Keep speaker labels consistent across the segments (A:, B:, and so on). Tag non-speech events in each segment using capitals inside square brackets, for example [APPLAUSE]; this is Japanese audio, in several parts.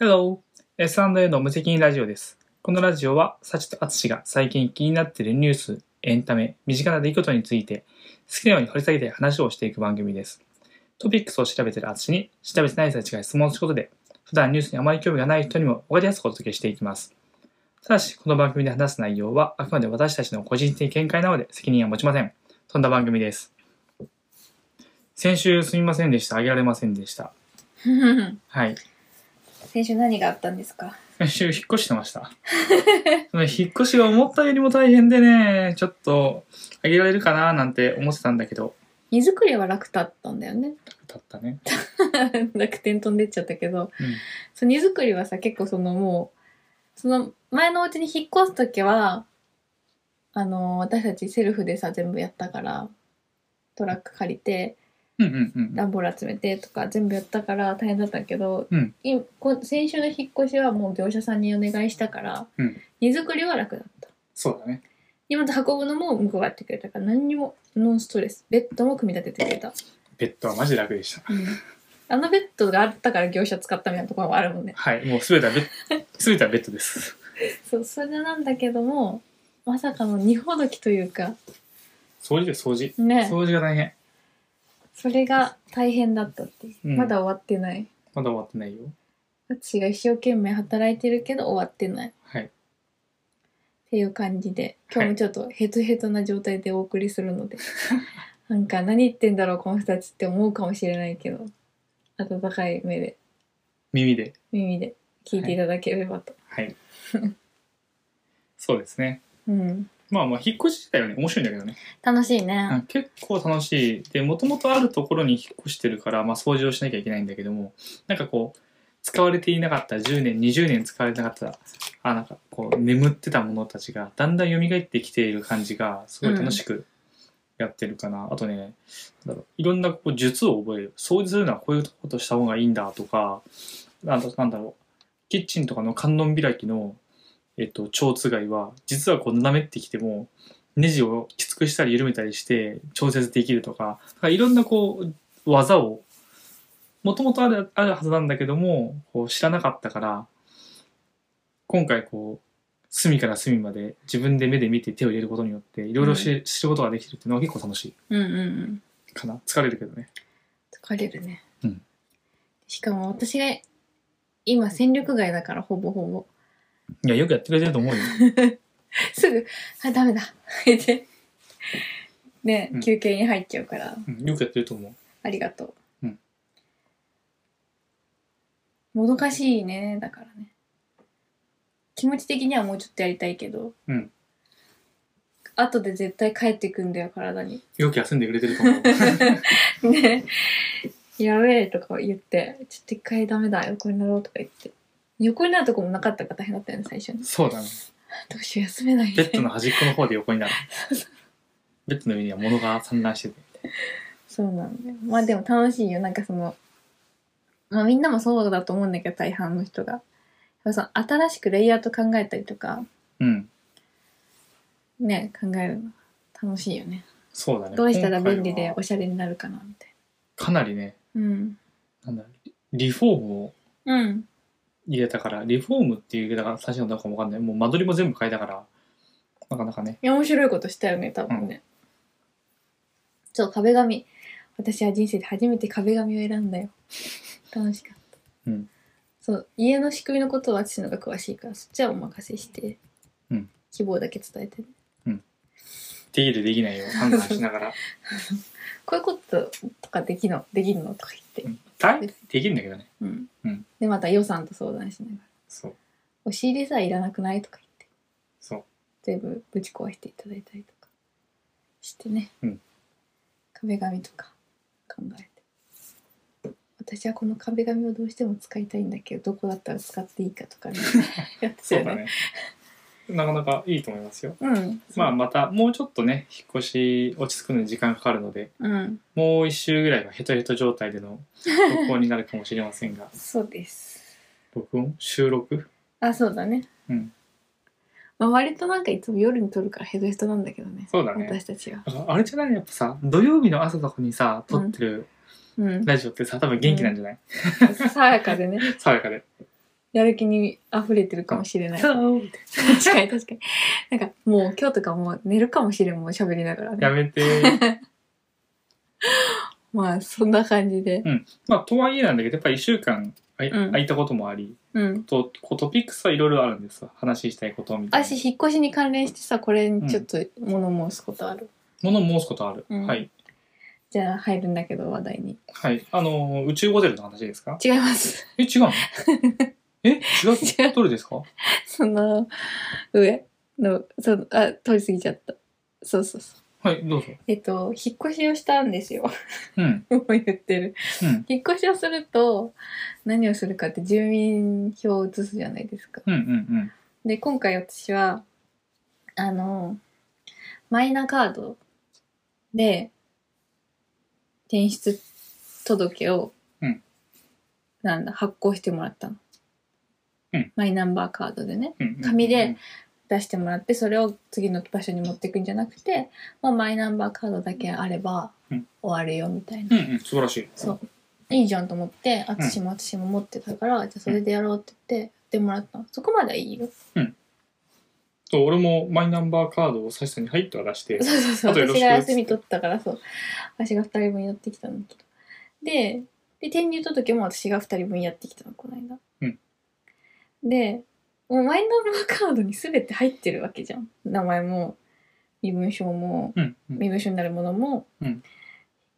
A: Hello! S&A の無責任ラジオです。このラジオは、サチとアツシが最近気になっているニュース、エンタメ、身近な出来事について、好きなように掘り下げて話をしていく番組です。トピックスを調べているアツシに、調べてない人たちが質問することで、普段ニュースにあまり興味がない人にも分かりやすくお届けしていきます。ただし、この番組で話す内容は、あくまで私たちの個人的見解なので責任は持ちません。そんな番組です。先週すみませんでした。あげられませんでした。はい。
B: [LAUGHS] 先週何があったんですか
A: 先週引っ越してました。 [LAUGHS] その引っ越しが思ったよりも大変でね、ちょっとあげられるかななんて思ってたんだけど、
B: 荷造りは楽だったんだよね [LAUGHS]
A: だったね。
B: 楽天飛んでっちゃったけど
A: うん。
B: その荷造りはさ結構そのもうその前のうちに引っ越す時はあの私たちセルフでさ全部やったからトラック借りて
A: うんうんうんうん。
B: 段ボール集めてとか全部やったから大変だったけど、
A: うん
B: いこ先週の引っ越しはもう業者さんにお願いしたから、
A: うん
B: 荷造りは楽だった
A: そうだね。
B: 荷物運ぶのも向こうがやってくれたから何にもノンストレスベッドも組み立ててくれた
A: ベッドはマジ楽でした。
B: あのベッドがあったから業者使ったみたいなところもあるもんね。
A: はい。もうすべてはベッ [LAUGHS] ド、すべてはベッドです。
B: そう、それなんだけども、まさかの二ほどきというか、
A: 掃除で掃除。
B: ね、
A: 掃除が大変。
B: それが大変だったっていう。
A: うん
B: まだ終わってない。
A: まだ終わってないよ。
B: 私が一生懸命働いてるけど終わってない。っ
A: はい。
B: ていう感じで、
A: はい
B: 今日もちょっとヘトヘトな状態でお送りするの [LAUGHS] で、なんか何言ってんだろう、この人たちって思うかもしれないけど、温かい目で、
A: 耳で。
B: 耳で聞いていただければと。
A: はい。 [LAUGHS] そうですね。
B: うん。
A: まあまあ、引っ越し自体はね、面白いんだけどね。
B: 楽しい
A: うん
B: ね。
A: 結構楽しいでもともとあるところに引っ越してるから、まあ、掃除をしなきゃいけないんだけどもなんかこう使われていなかった10年20年使われてなかったあなんかこう眠ってたものたちがだんだん蘇ってきている感じがすごい楽しくやってるかな、あとねなんだろういろんなこう術を覚える掃除するのはこういうことした方がいいんだとかあとなんだろうキッチンとかの観音開きの、えっと、蝶つがいは実はこう斜めってきてもネジをきつくしたり緩めたりして調節できるとかだからいろんなこう技をもともとあるあるはずなんだけどもこう知らなかったから今回こう隅から隅まで自分で目で見て手を入れることによっていろいろ知,、知ることができるっていうのは結構楽し
B: うんうんうん。
A: いかな疲れるけどね
B: 疲れるね、
A: うん
B: しかも私が今戦力外だからほぼほぼ [LAUGHS]
A: いやよくやってくれてると思うよ
B: すぐ「あダメだ」 [LAUGHS] ってね、
A: うん
B: 休憩に入っちゃうから
A: うんよくやってると思う
B: ありがと
A: う
B: う、
A: ん
B: もどかしいねだからね気持ち的にはもうちょっとやりたいけど、
A: うん
B: 後で絶対帰ってくんだよ体に
A: よく休んでくれてると思 [LAUGHS] う
B: ね [LAUGHS] やべえとか言って、ちょっと一回ダメだ、横になろうとか言って。横になるとこもなかったから大変だったよね、最初に。
A: そうだね
B: どうしよう、休めないみた
A: ベ
B: いな
A: ッドの端っこの方で横に
B: [LAUGHS]
A: なるベッドの上には物が散乱してて
B: そうなんだよ。まあでも楽しいよ、なんかその、まあみんなもそうだと思うんだけど、大半の人が。やっぱその新しくレイヤーと考えたりとか、
A: うん
B: ね、考えるの楽しいよね。
A: そうだね
B: どうしたら便利
A: 今回
B: で
A: は
B: おしゃれになるかな、みたい
A: かなりね
B: な。うん。
A: なんだリリフォームを
B: うん。
A: 入れたからリフォームっていうだから最初のどうかもわかんないもう間取りも全部変えたからなかなかね
B: いや、面白いことしたよね、多分ね。そう、壁紙。私は人生で初めて壁紙を選んだよ。 [LAUGHS] 楽しかった。
A: うん
B: そう、家の仕組みのことは私の方が詳しいから、そっちはお任せして、
A: うん
B: 希望だけ伝えてね。
A: できるできないを判断しなが
B: [LAUGHS]
A: ら
B: こういうこととかできの、できるのとか
A: う
B: 言って。
A: ん大体できるんだけどね
B: うん。
A: うん
B: で、また予算と相談しながら。
A: そう
B: 押し入れさえいらなくないとか言って、
A: そう
B: 全部ぶち壊していただいたりとかしてね。
A: うん
B: 壁紙とか考えて。私はこの壁紙をどうしても使いたいんだけど、どこだったら使っていいかとかね。やって
A: [LAUGHS]
B: た
A: そう
B: よ
A: だ
B: ね。
A: ねなかなかいいと思いますよ
B: うん。
A: まあまたもうちょっとね引っ越し落ち着くのに時間かかるので
B: うん。
A: もう一周ぐらいはヘトヘト状態で
B: [LAUGHS]
A: の録音になるかもしれませんが
B: そうです。
A: 録音収録
B: あ、そうだね。
A: うん
B: まあ、割となんかいつも夜に撮るからヘドヘトなんだけどね。
A: そうだね
B: 私たちは。
A: だからあれじゃないやっぱさ土曜日の朝とかにさ撮ってる
B: うん。
A: ラジオってさ多分元気なんじゃない、
B: 爽やかでね。
A: 爽やかで
B: やる気に溢れてるかもしれない。確
A: そうって
B: [LAUGHS] かに確かに。なんかもう今日とかもう寝るかもしれんもん喋りながら
A: や
B: ね。
A: めて。
B: [LAUGHS] まあそんな感じで。
A: まあ、とはいえなんだけど、やっぱり1週間あい
B: うん
A: 空いたこともあり、
B: うん。
A: とこうトピックスはいろいろあるんですわ話したいことみたいな
B: 私引っ越しに関連してさこれにちょっと物申すことある。
A: 物申すことある、
B: うん
A: はい
B: じゃあ入るんだけど話題に。
A: はいあのー宇宙ホテルの話ですか
B: 違います。 [LAUGHS]
A: え違うのえ違
B: 違
A: うどれですか
B: その上のそのあ通り過ぎちゃった。そうそうそう。
A: はいどうぞ
B: えっと引っ越しをしたんですよ。 [LAUGHS]
A: うん
B: もう言ってる。
A: うん
B: 引っ越しをすると何をするかって住民票を移すじゃないですか。
A: うんうん
B: で今回私はあのマイナカードで転出届を、
A: うん
B: なんだ発行してもらったの、
A: うん
B: マイナンバーカードでね
A: うんうん
B: 紙で出してもらってそれを次の場所に持っていくんじゃなくて、まあ、マイナンバーカードだけあれば
A: うん
B: 終わるよみたいな。
A: うんうん素晴らしい
B: そういいじゃんと思って私も私も持ってたから、じゃあそれでやろうって言ってやってもらったのそこまではいいよ
A: そう俺もマイナンバーカードを最初に入っては出して
B: そうそうそう
A: あとよろし
B: 私
A: く
B: が休み取ったからそう私が2人分やってきたんだけどでで転入届も私が2人分やってきたのこの間、
A: うん
B: でもうマイナンバーカードに全て入ってるわけじゃん名前も身分証も
A: うんうん
B: 身分証になるものも、
A: うん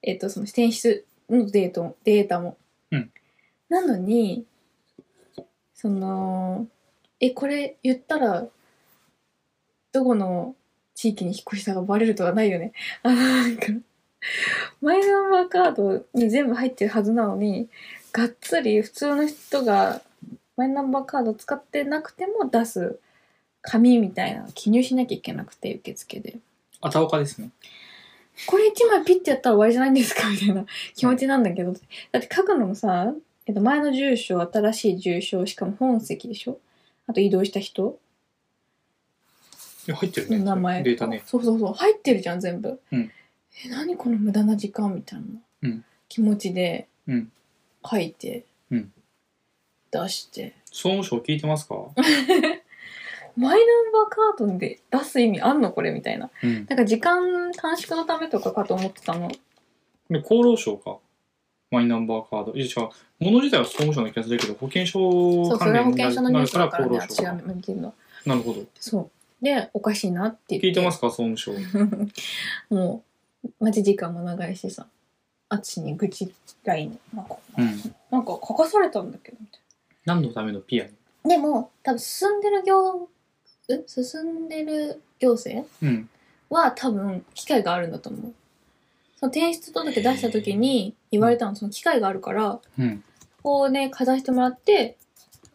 B: えっ、とその転出のデートもデータも、
A: うん
B: なのにそのえこれ言ったらどこの地域に引っ越したかバレるとかないよね [LAUGHS] あのなんかマイナンバーカードに全部入ってるはずなのにがっつり普通の人がマイナンバーカード使ってなくても出す紙みたいなの記入しなきゃいけなくて受付で
A: あたおかですね
B: これ一枚ピッてやったら終わりじゃないんですかみ [LAUGHS] たいな気持ちなんだけど、だって書くのもさ、えっと、前の住所新しい住所しかも本籍でしょあと移動した人
A: え入ってるね
B: の名前
A: データね
B: そうそうそう入ってるじゃん全部、
A: うん
B: え何この無駄な時間みたいな、
A: うん
B: 気持ちで
A: うん
B: 書いて、
A: うん
B: 出して
A: 総務省聞いてますか、
B: マイナンバーカードで出す意味あんのこれみたいな
A: うん、
B: なんか時間短縮のためとかかと思ってたの
A: で厚労省かマイナンバーカードいや違う物自体は総務省の気がするけど保険
B: そ
A: 証
B: うそ
A: 関
B: れは
A: 連
B: 保
A: に
B: 険証の
A: な
B: ニュ
A: る
B: ース
A: から
B: だから
A: 厚労省
B: ね私が
A: か
B: 見てるの
A: なるほど
B: そうでおかしいなって言って
A: 聞いてますか総務省
B: [LAUGHS] もう待ち時間も長いしさ淳に愚痴 LINE なんか、
A: うん
B: なんか書かされたんだけどみたい
A: 何のためのピアノ
B: なでも多分進んでる行え進んでる行政
A: うん
B: は多分機会があるんだと思うその転出届出した時に言われたのその機会があるから
A: うん
B: こをねかざしてもらって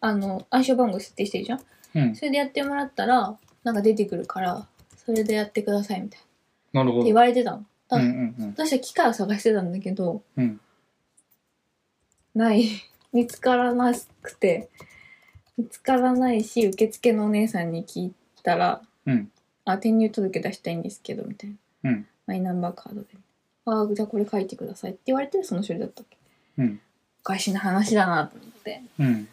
B: あの暗証番号設定してるじゃん
A: うん
B: それでやってもらったらなんか出てくるからそれでやってくださいみたいな
A: なるほ
B: って
A: ど
B: 言われてたの
A: う
B: だ
A: んうん
B: 私は機械を探してたんだけど、
A: うん
B: ない [LAUGHS] 見つからなくて見つからないし受付のお姉さんに聞いたら
A: うんうん
B: 「あ転入届出したいんですけど」みたいな、
A: うん
B: マイナンバーカードで「ああじゃあこれ書いてください」って言われてその書類だったっけ
A: うん
B: おかしな話だなと思って
A: うん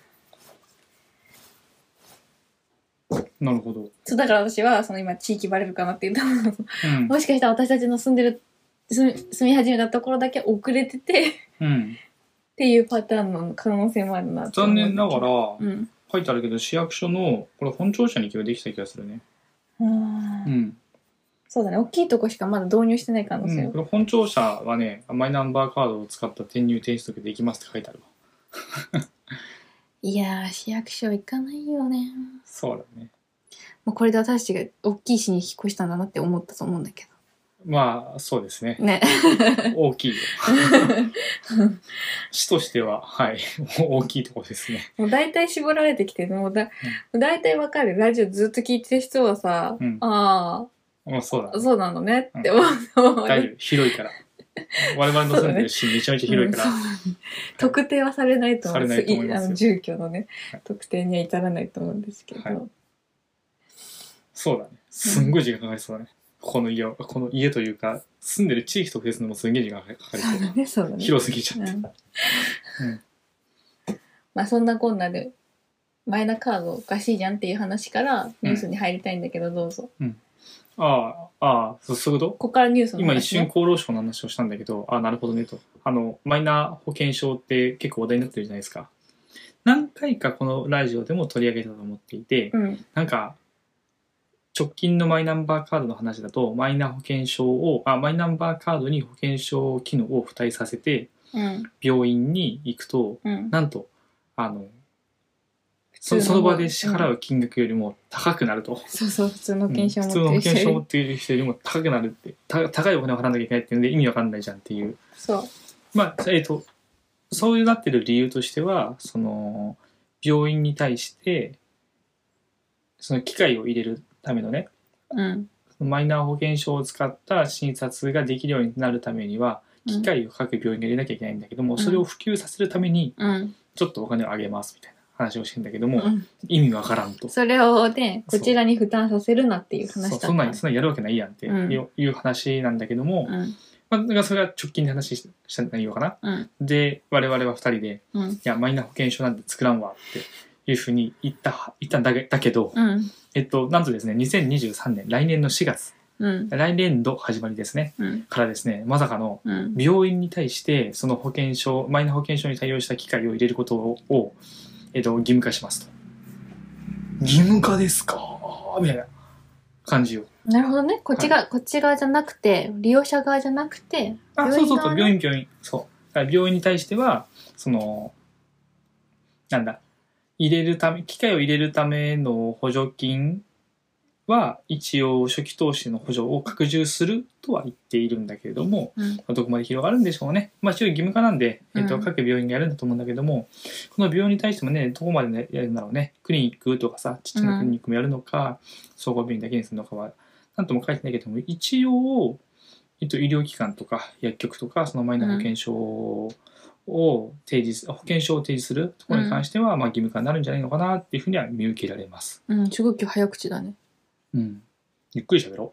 A: なるほど、
B: そうだから私はその今地域バレるかなって言ったの [LAUGHS]
A: うん
B: もしかしたら私たちの住んでる住み住み始めたところだけ遅れててっ
A: うん、
B: ていうパターンの可能性もあるなと思
A: 残
B: って
A: 念ながら
B: うん
A: 書いてあるけど市役所のこれ本庁舎に今日できた気がするね
B: うん
A: うん、
B: そうだね大きいとこしかまだ導入してない可能
A: う
B: 性
A: ん、これ本庁舎はねマイナンバーカードを使った転入転出届できますって書いてあるわ
B: いやー市役所行かないよね
A: そうだね
B: もうこれで私たちが大きい市に引っ越したんだなって思ったと思うんだけ
A: まあそうです
B: [LAUGHS]
A: ね
B: どね
A: 大きいよ [LAUGHS] 市としてははい大きいところですね
B: もう大体絞られてきてもうだ、大体わかるラジオずっと聞いてる人はさ、
A: うん
B: あ
A: まあそうだ
B: あ
A: ね
B: そうなのねって
A: う
B: 思う、思う
A: 大丈夫広いから我々の住んでる市めちゃめちゃ広いから、
B: うんそう特定はされないと思
A: され
B: う
A: ないと思いますよ
B: あの住居のね、
A: はい
B: 特定には至らないと思うんですけど、
A: はいそうだねすんごい時間かかりそうだね、この家をこの家というか住んでる地域特定するのもすんげえ時間かかり
B: そ
A: そうう
B: だねそうだね
A: 広すぎちゃって、
B: うんまあそんなこんなでマイナカードおかしいじゃんっていう話からニュースに入りたいんだけどどうぞ、
A: ああ、ああ、そうそういうこ
B: ここからニュース
A: と
B: の
A: 今一瞬
B: ね、
A: 厚労省の話をしたんだけど、ああ、なるほどねと。あの、マイナ保険証って結構話題になってるじゃないですか。何回かこのラジオでも取り上げたと思っていて、
B: うん
A: なんか、直近のマイナンバーカードの話だと、マイナ保険証を、あ、マイナンバーカードに保険証機能を付帯させて、
B: うん
A: 病院に行くと、
B: うん
A: なんと、あの、
B: 普
A: そその場で支払
B: うん
A: う金額よりも高くなると。
B: そうそう普通の
A: う
B: 保
A: ん
B: 険
A: 普
B: 証持
A: 通の保
B: って
A: 険証
B: る人
A: を
B: よ
A: 持
B: り
A: っている人よりも高くなるって、た高いお金を払わなきゃいけないっていうので意味わかんないじゃんっていう。
B: そう
A: まあ、えっ、と、そういうなってる理由としては、その、病院に対して、その機械を入れるためのね、
B: うん
A: マイナー保険証を使った診察ができるようになるためには、機械を各病院に入れなきゃいけないんだけども、
B: ん
A: それを普及させるために、
B: うん、
A: ちょっとお金を上げますみたいな話をしてんだけど
B: う
A: も、
B: ん、
A: 意味わからんと。
B: それをね
A: そ
B: こ
A: う
B: ちらに負担させるなっていう話だ
A: そ
B: った
A: そんなんそんなんやるわけないやんって
B: うん
A: いう,、話なんだけども、
B: うん
A: まあ、だからそれは直近で話しした内容かな。
B: うん
A: で我々は2人で
B: うん
A: 「いやマイナ保険証なんて作らんわ」っていうふうに言った言ったんだけだけど、
B: うん
A: えっと、なんとですね2023年来年の4月
B: うん
A: 来年度始まりですね
B: うん
A: からですねまさかの
B: うん
A: 病院に対してその保険証マイナ保険証に対応した機械を入れることを、えっと、義務化しますと義務化ですかみたいな感じを
B: なるほどねこっちが、こっち側じゃなくて利用者側じゃなくて
A: あ、
B: 病
A: そう
B: 院
A: そうそう、
B: 側ね
A: 病院、病院。そう。だから病院に対しては、その、なんだ、入れるため、機械を入れるための補助金は、一応初期投資の補助を拡充するとは言っているんだけれども、
B: うん
A: どこまで広がるんでしょうね。まあ、一応義務化なんで、えっと、
B: うん
A: 各病院がやるんだと思うんだけども、この病院に対してもね、どこまでねやるんだろうね。クリニックとかさ、ちっちゃなクリニックもやるのか、総合病院だけにするのかは、なんとも書いてないけども、一応、えっと、医療機関とか薬局とか、そのマイナ保険証を提示す、保険証を提示するところに関しては、まあ、義務化になるんじゃないのかなっていうふうには見受けられます。
B: うんすごく早口だね
A: うん。ゆっくり喋ろ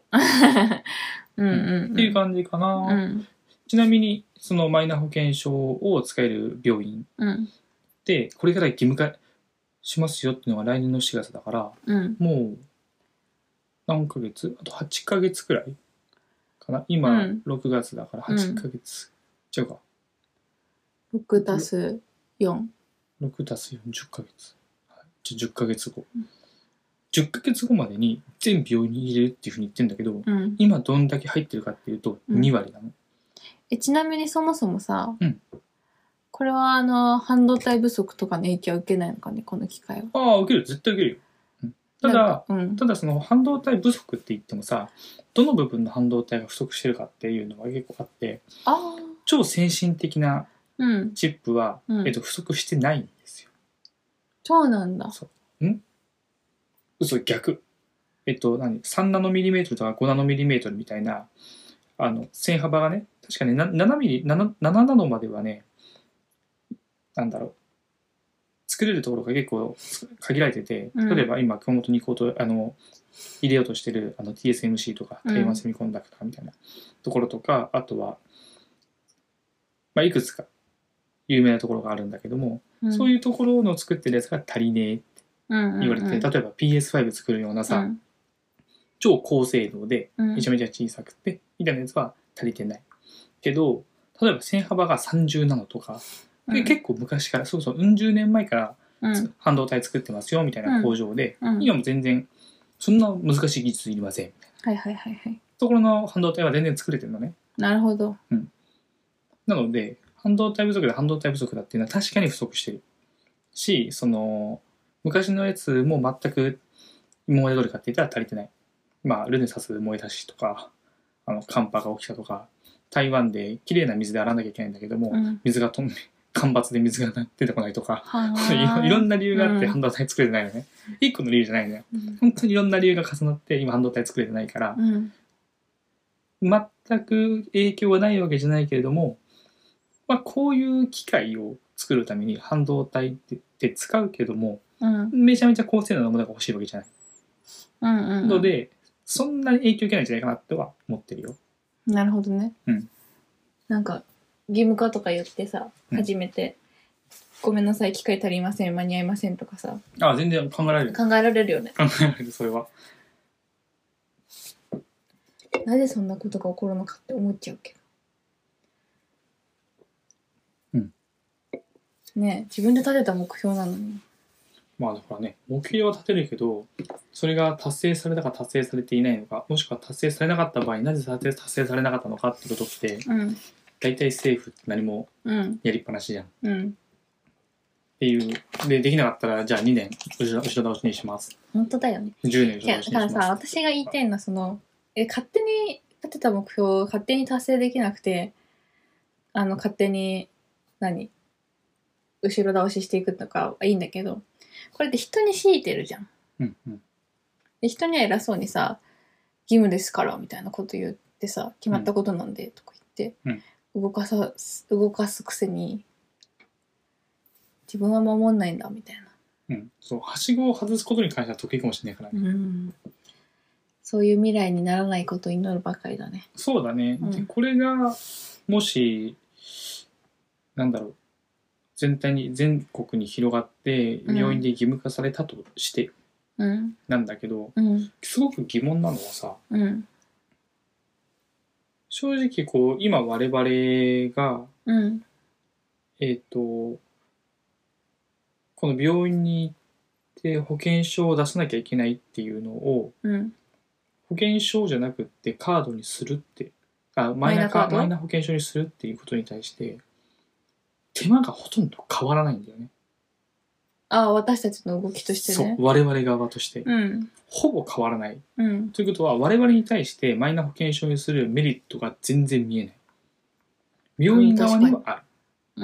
B: うんうん、
A: う。っていう感じかな。
B: うん
A: ちなみに、そのマイナ保険証を使える病院
B: うん
A: でこれから義務化しますよっていうのが来年の4月だから
B: うん
A: もう何ヶ月あと8ヶ月くらいかな今
B: うん
A: 6月だから8ヶ月、違うか
B: 6足す4
A: 6たす40ヶ月はいじゃあ10ヶ月後10ヶ月後までに全病院に入れるっていうふうに言ってんだけど
B: うん
A: 今どんだけ入ってるかっていうと
B: うん
A: 2割なの、
B: えちなみにそもそもさ、
A: うん
B: これはあの半導体不足とかの影響は受けないのかねこの機械は
A: ああ受ける絶対受けるよ、うんただ
B: なんかうん
A: ただその半導体不足って言ってもさどの部分の半導体が不足してるかっていうのが結構あって
B: あー
A: 超先進的な
B: うん
A: チップは、
B: うん
A: えっと、不足してないんですよ。
B: そうなんだ
A: 嘘逆。えっと何3ナノミリメートルとか5ナノミリメートルみたいなあの線幅がね確かねな7ミリ 7, 7ナノまではねなんだろう作れるところが結構限られてて
B: うん
A: 例えば今熊本に行こうとあの入れようとしてるあの TSMC とか
B: うん
A: 台湾セミコンダクターみたいなところとか、あとは、まあ、いくつか有名なところがあるんだけども、そう
B: い
A: いうところの作ってるやつが足りねえ
B: うん
A: 言われてて、例えば PS5 作るようなさ、
B: うん
A: 超高精度で
B: うん
A: めちゃめちゃ小さくて、みたいなやつは足りてないけど例えば線幅が30なのとか、で
B: うん
A: 結構昔からそうそううん十年前から
B: うん
A: 半導体作ってますよみたいな工場で、
B: うん
A: 今も全然そんな難しい技術いりませんみたいな
B: はいはいはいはい
A: ところの半導体は全然作れてるのね
B: なるほど
A: なので半導体不足で半導体不足だっていうのは確かに不足してるしその昔のやつも全く今まで通りかって言ったら足りてないまあルネサス燃え出しとかあの寒波が起きたとか台湾で綺麗な水で洗わなきゃいけないんだけども、
B: うん
A: 水が飛んで干ばつで水が出てこないとか
B: は
A: [LAUGHS] ろい
B: い
A: ろんな
B: な、
A: 理由があって
B: うん
A: 半導体作れてないのね、一個の理由じゃないのよ
B: うん
A: 本当にいろんな理由が重なって今半導体作れてないから、
B: うん
A: 全く影響はないわけじゃないけれども、まあ、こういう機械を作るために半導体ってって使うけども
B: うん
A: めちゃめちゃ高性能なものが欲しいわけじゃない、
B: うんうん
A: のでそんなに影響受けないんじゃないかなとは思ってるよ。
B: なるほどね、
A: うん
B: なんか義務化とか言ってさ
A: うん
B: 初めて、ごめんなさい機械足りません間に合いませんとかさ
A: あ、全然考えられる。
B: 考えられるよね
A: 考えられる、それは。
B: なぜそんなことが起こるのかって思っちゃうけ
A: う
B: ど
A: ん
B: ねえ自分で立てた目標なのに
A: まあだからね、目標は立てるけど、それが達成されたか達成されていないのか、もしくは達成されなかった場合、なぜ達成達成されなかったのかってことって、
B: うん
A: 大体政府って何も
B: うん
A: やりっぱなしじゃん。っ
B: うん
A: ていう。で、できなかったら、じゃあ2年後ろ後ろ倒しにします。
B: 本当だよね
A: 10年
B: い
A: 後ろ倒
B: やだ
A: し
B: から
A: にし
B: さ
A: ます。
B: 私が言いたいのはそのえ勝手に立てた目標を勝手に達成できなくてあの勝手に何後ろ倒ししていくとかはいいんだけどこれって人に強いてるじゃん
A: うんうん。
B: で人には偉そうにさ「義務ですから」みたいなこと言ってさ「決まったことなんで」とか言って、動かさ動かすくせに自分は守んないんだみたいな。
A: うん。そう、はしごを外すことに関しては得意かもしれないからね。
B: うんそういう未来にならないことを祈るばかりだね。
A: そうだね。
B: うん
A: で、これが、もし、なんだろう。全体に、全国に広がって、
B: ん
A: 病院で義務化されたとして、
B: うん
A: なんだけど、
B: うん
A: すごく疑問なのはさ、
B: うん
A: 正直こう、今我々が、
B: うん
A: えっ、と、この病院に行って保険証を出さなきゃいけないっていうのを、
B: うん
A: 保険証じゃなくってカードにするって、あマイナカ
B: マイナカード
A: マイナ保険証にするっていうことに対して、手間がほとんど変わらないんだよね。
B: ああ私たちの動きとして
A: そう
B: ね。
A: 我々側として、
B: うん
A: ほぼ変わらない。
B: うん
A: ということは、我々に対してマイナ保険証にするメリットが全然見えない。病院側にはある。
B: うん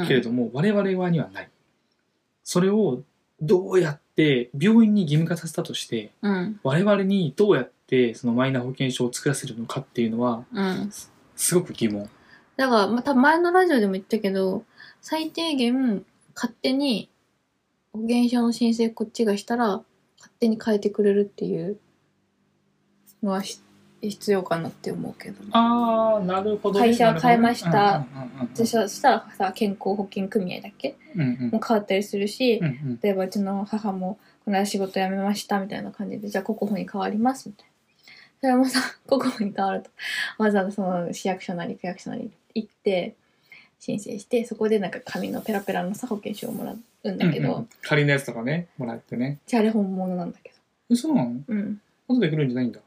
A: けれども我々側にはないそれをどうやって病院に義務化させたとして
B: うん
A: 我々にどうやってそのマイナ保険証を作らせるのかっていうのは
B: うん
A: すごく疑問
B: だからまた前のラジオでも言ったけど最低限勝手に保険証の申請こっちがしたら勝手に変えてくれるっていうのはし必要かなって思うけど。
A: ああなるほ
B: どね会社変えました
A: うん
B: でそしたらさ健康保険組合だっけ
A: うんうん
B: もう変わったりするし、
A: うんうん
B: 例えばうちの母もこの間仕事辞めましたみたいな感じでじゃあ国保に変わりますみたいなそれもさ国保に変わるとわざわざその市役所なり区役所なり行って申請してそこでなんか紙のペラペラのさ保険証をもらうんだけど、
A: うんうん仮のやつとかねもらってね
B: じゃああれ本物なんだけ
A: えそうなの
B: どうん
A: 後で来るんじゃないんだ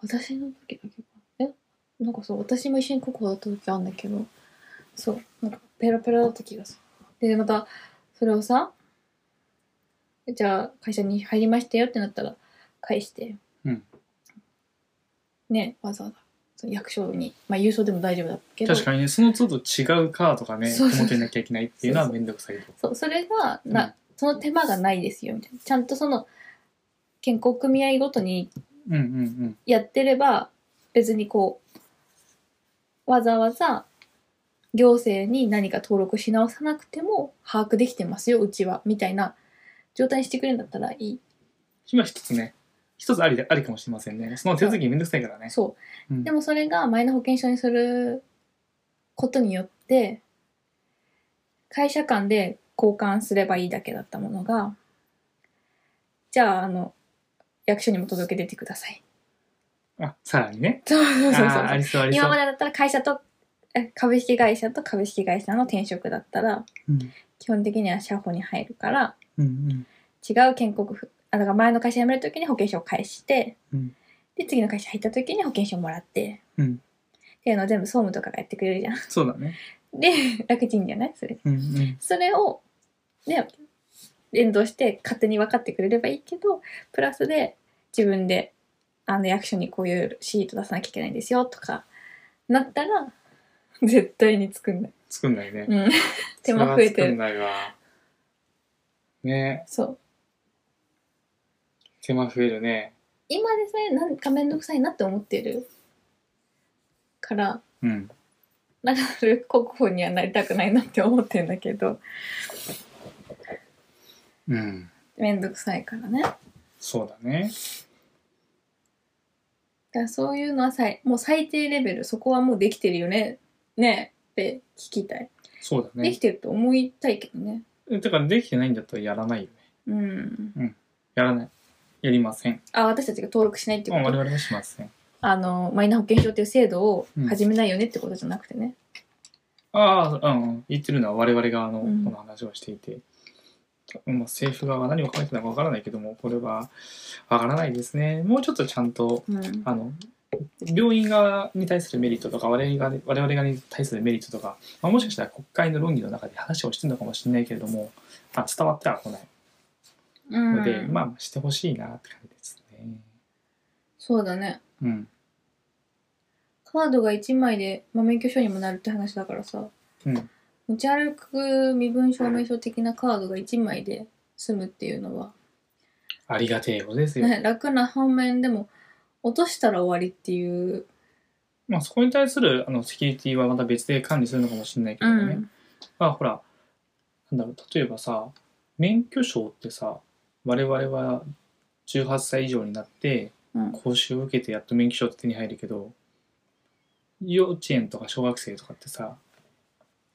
B: 私の時だけかえなんかそう私も一緒に国保だった時あるんだけどそうなんかペラペラだった気がするでまたそれをさじゃあ会社に入りましたよってなったら返して、
A: うん
B: ねわざわざその役所にまあ郵送でも大丈夫だけど
A: 確かにねその都度違うカードがね
B: そうそう
A: 表になきゃいけないっていうのはめんどくさいと
B: そうそれがな、
A: うん
B: その手間がないですよみたいなちゃんとその健康組合ごとに
A: うんうん
B: やってれば別にこうわざわざ行政に何か登録し直さなくても把握できてますようちはみたいな状態にしてくれるんだったらいい
A: 今一つね一つありでありかもしれませんねその手続きめんどくさいからね
B: そううんでもそれがマイナ保険証にすることによって会社間で交換すればいいだけだったものがじゃああの役所にも届け出てください
A: あさらにね
B: そうそうそうそう
A: あーありそうありそう
B: 今までだったら会社とえ株式会社と株式会社の転職だったら
A: うん
B: 基本的には社保に入るから
A: うん
B: 違う建国ふあだから前の会社辞める時に保険証を返して、
A: うん
B: で次の会社入った時に保険証もらって、
A: うん
B: っていうのを全部総務とかがやってくれるじゃん。
A: そうだね。
B: で [LAUGHS] 楽ちんじゃないそれ
A: うんうん。
B: それをね連動して勝手に分かってくれればいいけどプラスで自分であの役所にこういうシート出さなきゃいけないんですよとかなったら絶対に作んない、
A: 作んないね。
B: うん、 [LAUGHS] 手間増えて
A: それは作ん
B: る
A: ないわ。ね
B: そう
A: 手間増えるね。
B: 今でさえなんか面倒くさいなって思ってるから
A: うん。
B: なるべく国保にはなりたくないなって思ってるんだけど
A: うん。
B: 面倒くさいからねだか
A: そうだね。
B: らそういうのはさいもう最低レベルそこはもうできてるよねねえって聞きたい
A: そうだ
B: で
A: ね
B: き。てると思いたいけどね。
A: えだからできてないんだったらやらないよね。
B: うん。
A: やらない。やりません。
B: あ、私たちが登録しないって
A: も
B: こ
A: う我
B: と
A: 々はしません。
B: あの、マイナ保険証っていう制度を
A: うん
B: 始めないよねってことじゃなくてね。
A: ああ、うん。言ってるのは我々側のこ
B: うん
A: の話をしていて、まあ、政府側が何を考えてたのかわからないけども、これはわからないですね。もうちょっとちゃんと、
B: うん。
A: あの、病院側に対するメリットとか、我々が我々側に対するメリットとか、まあ、もしかしたら国会の論議の中で話をしてるのかもしれないけれども、あ伝わってはこないので、
B: うん、
A: まあ、してほしいなって感じですね。
B: そうだね。
A: うん。
B: カードが1枚で、まあ、免許証にもなるって話だからさ、
A: うん
B: 持ち歩く身分証明書的なカードが1枚で済むっていうのは、
A: ありがてえことですよ。
B: ね、楽な反面でも落としたら終わりっていう、
A: まあ、そこに対するあのセキュリティはまた別で管理するのかもしれないけどね。まあほら、なんだろう、例えばさ、免許証ってさ、我々は18歳以上になって、
B: うん
A: 講習を受けてやっと免許証って手に入るけど、幼稚園とか小学生とかってさ、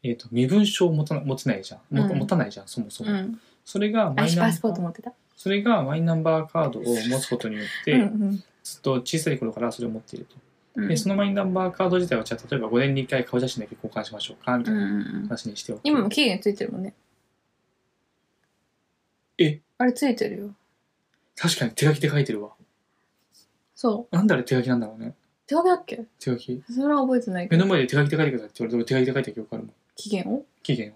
A: えっ、と、身分証を持たな持てないじゃん。も
B: うん
A: 持たないじゃん、そもそうも。
B: ん、
A: それがマイ
B: 私
A: ナ
B: パ
A: ン
B: スポ
A: バ
B: ート
A: ー、
B: 持ってた、
A: それがマイナンバーカードを持つことによって、
B: うんうん
A: ずっと小さい頃からそれを持っていると。
B: うん
A: で、そのマイナンバーカード自体は、じゃあ例えば5年に1回顔写真だけ交換しましょうか、みた
B: う
A: い
B: んう
A: なん
B: うん
A: 話にしておく。
B: 今も期限ついてるもんね
A: え
B: あれついてるよ
A: 確かに手書きで書いてるわ。
B: そう
A: なんであれ手書きなんだろうね。
B: 手書きだっけ
A: 手書き。
B: それは覚えてないけ
A: 目
B: ど
A: の前で手書きで書いてくださいって言われて、俺手書きで書いた記憶あるもん。
B: 期限を
A: 期限を。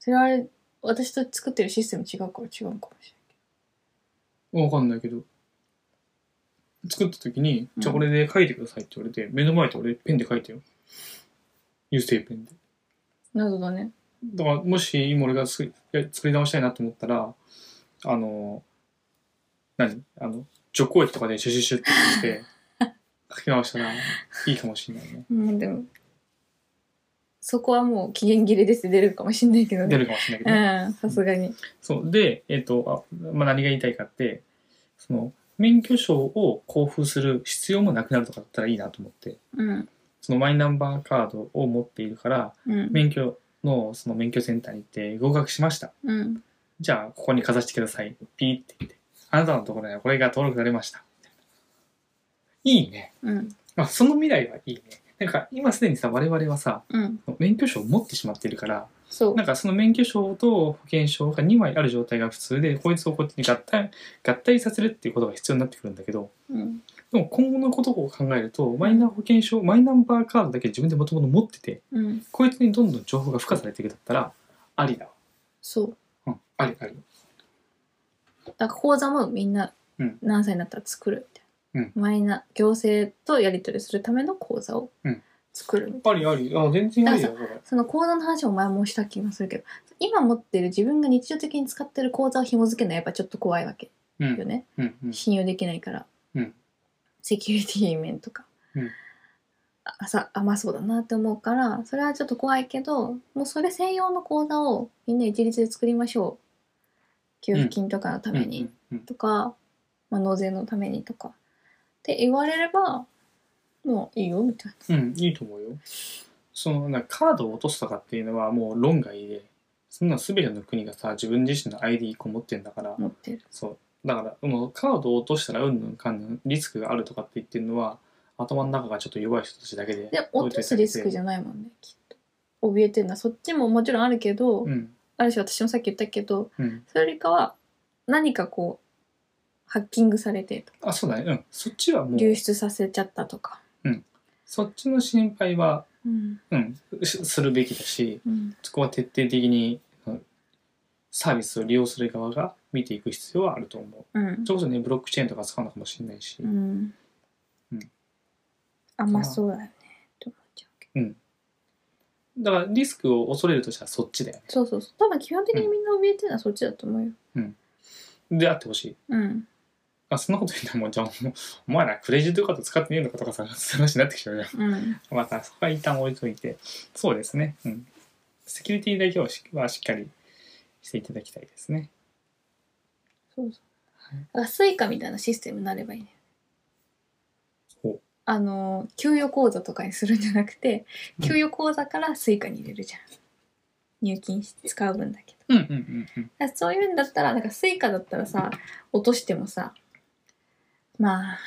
B: それはあれ私と作ってるシステム違うから違うのかもし
A: わかんないけど。作った時に、
B: うん
A: じゃあこれで書いてくださいって言われて、目の前で俺ペンで書いたよ。油性ペンで。
B: れない謎だね
A: だからもし今俺がすいや作り直したいなと思ったら、あの、何あの、除光液とかでシュシュシュって
B: [LAUGHS]
A: して、書き直したらいいかもしれないね。
B: うんでもそこはもう期限切れですって出るかもしんないけど
A: 出
B: ね
A: るかもしれないけど
B: う
A: ね。
B: んさすがに
A: そう。で、えっ、と、あまあ、何が言いたいかって、その、免許証を交付する必要もなくなるとかだったらいいなと思って、
B: うん
A: そのマイナンバーカードを持っているから、
B: うん
A: 免許の、その免許センターに行って合格しました。
B: うん
A: じゃあ、ここにかざしてください。ピーって言って。あなたのところにはこれが登録されました。いいね。
B: うん
A: まあ、その未来はいいね。なんか、今すでにさ、我々はさ、
B: うん
A: 免許証を持ってしまってるから、
B: そう
A: なんかその免許証と保険証が2枚ある状態が普通でこいつをこっちに合体合体させるっていうことが必要になってくるんだけど
B: うん
A: でも今後のことを考えるとマイナ保険証マイナンバーカードだけ自分でもともと持ってて
B: うん
A: こいつにどんどん情報が付加されていくだったらありだわ
B: そう
A: うんありあり
B: だから口座もみんな
A: うん
B: 何歳になったら作るみたいな
A: う、
B: マイナ行政とやり取りするための口座を
A: うん
B: 作るみたいな、
A: ありありあ全然ありだよこれ
B: その口座の話を前もした気がするけど今持ってる自分が日常的に使ってる口座を紐付けるのはやっぱちょっと怖いわけ
A: う
B: よ
A: ん
B: ね、
A: うんうん
B: 信用できないから、
A: うん
B: セキュリティ面とか、
A: うん
B: あさ甘そうだなって思うからそれはちょっと怖いけどもうそれ専用の口座をみんな一律で作りましょう給付金とかのために、
A: うんうん
B: とか、まあ、納税のためにとかって言われればもういいよみたい
A: うんいいと思うよそのなんかカードを落とすとかっていうのはもう論外でそんな全ての国がさ自分自身の ID1 個持ってんだから
B: な持ってる
A: そう。だから、もうカードを落としたらうんぬんかんぬん、リスクがあるとかって言ってるのは、頭の中がちょっと弱い人たちだけで。
B: で落とすリスクじ
A: ゃ
B: ゃないもんねきっと怯えてるのはそっちももちろんあるけど、
A: うん。
B: あるし私もさっき言ったけど
A: うん。
B: それよりかは何かこうハッキングされてとか
A: あ、そうだね。うん。そっちはもう、
B: 流出させちゃったとか、
A: そっちの心配は、
B: うん
A: うん、しするべきだし、
B: うん、
A: そこは徹底的に、うんサービスを利用する側が見ていく必要はあると思う。
B: うん
A: それこそね、ブロックチェーンとか使うのかもしれないし、
B: うん
A: うん
B: 甘そうだよねって思っちゃうけど
A: だからリスクを恐れるとしたらそっちだよね。
B: そうそうそう多分基本的にみんな怯えてるのはそっちだと思うよ
A: であってほしい。
B: うん
A: あ、そんなこと言ったらもう、じゃあもう、お前らクレジットカード使ってねえのかとかさ、そういう話になってきちゃうじゃん。 [LAUGHS]
B: うん
A: またそこは一旦置いといて、そうですね。うん。セキュリティだけはしはしっかりしていただきたいですね。
B: そうそ
A: いう
B: だからスイカみたいなシステムになればいいね
A: ほう
B: あの給与口座とかにするんじゃなくて給与口座からスイカに入れるじゃん入金して使う分だけ
A: うんうんうんうん。
B: ど。だからそういうんだったら、なんかスイカだったらさ、落としてもさ、まあ、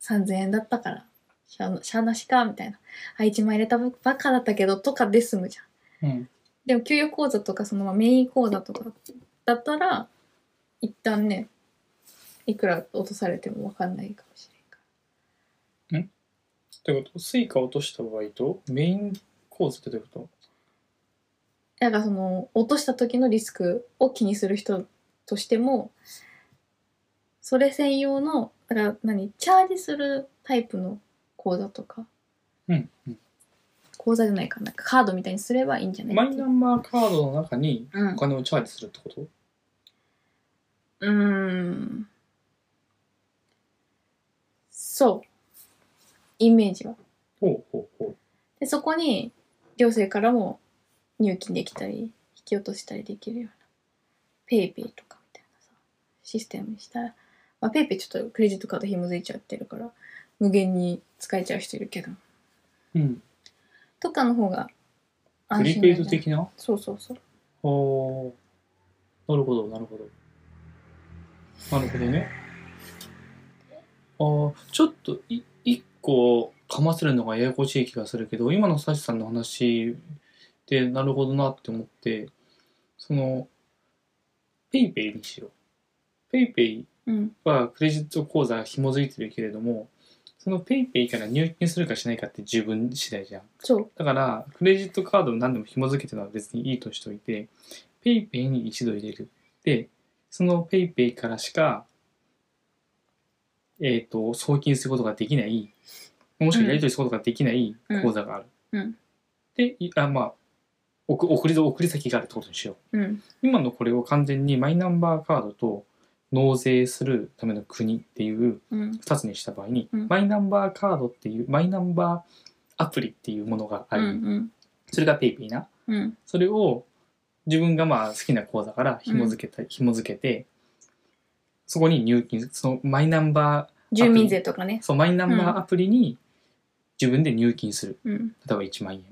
B: 3000円だったから、しゃあなしゃあなしか、みたいな。あ、1万入れたばっかだったけど、とかで済むじゃん。
A: うん
B: でも給与口座とかそのまあメイン口座とかだったら一旦ねいくら落とされても分かんないかもし
A: ということスイカ落とした場合とメイン構図ってどういうこ
B: れんからなんかその落とした時のリスクを気にする人としてもそれ専用のだから何チャージするタイプの口座とか
A: とうんうん。
B: 口座じゃないかなんかカードみたいにすればいいんじゃない
A: マイナンバーカードの中に
B: うん
A: お金をチャージするってこと
B: うーんそうイメージは
A: ほうほうほう。
B: でそこに行政からも入金できたり引き落としたりできるようなペイペイとかみたいなさシステムにしたら、まあ、ペイペイちょっとクレジットカード紐づいちゃってるから無限に使えちゃう人いるけど
A: うん。
B: とかの方が
A: プリ
B: なん
A: ペイ
B: じゃな
A: ド
B: い
A: 的な
B: そうそうそう
A: ほう。なるほど、なるほど。なるほどね。あーちょっとい、一個かませるのがややこしい気がするけど、今のサシさんの話でなるほどなって思って、その、ペイペイにしよう。ペイペイ
B: うん
A: はクレジット口座が紐づいてるけれども、そのペイペイから入金するかしないかって自分次第じゃん。
B: そう
A: だから、クレジットカードを何でも紐付けてるのは別にいいとしておいて、PayPay に一度入れる。で、その PayPay からしか、えっ、と、送金することができない、もしくはやり取りすることができない
B: うん
A: 口座がある。
B: うん
A: で、いあまあ送、送りぞ送り先があるってことにしよう。
B: うん
A: 今のこれを完全にマイナンバーカードと納税するための国っていう
B: うん
A: 2つにした場合に、
B: うん
A: マイナンバーカードっていうマイナンバーアプリっていうものがあ
B: う
A: り、
B: ん
A: それが PayPay な
B: うんうん
A: それを自分がまあ好きな口座から紐付けた、紐付けてそこに入金そのマイナンバ
B: 住民税とかね
A: ーそうマイナンバーアプリに自分で入金する
B: うん
A: 例えば1万円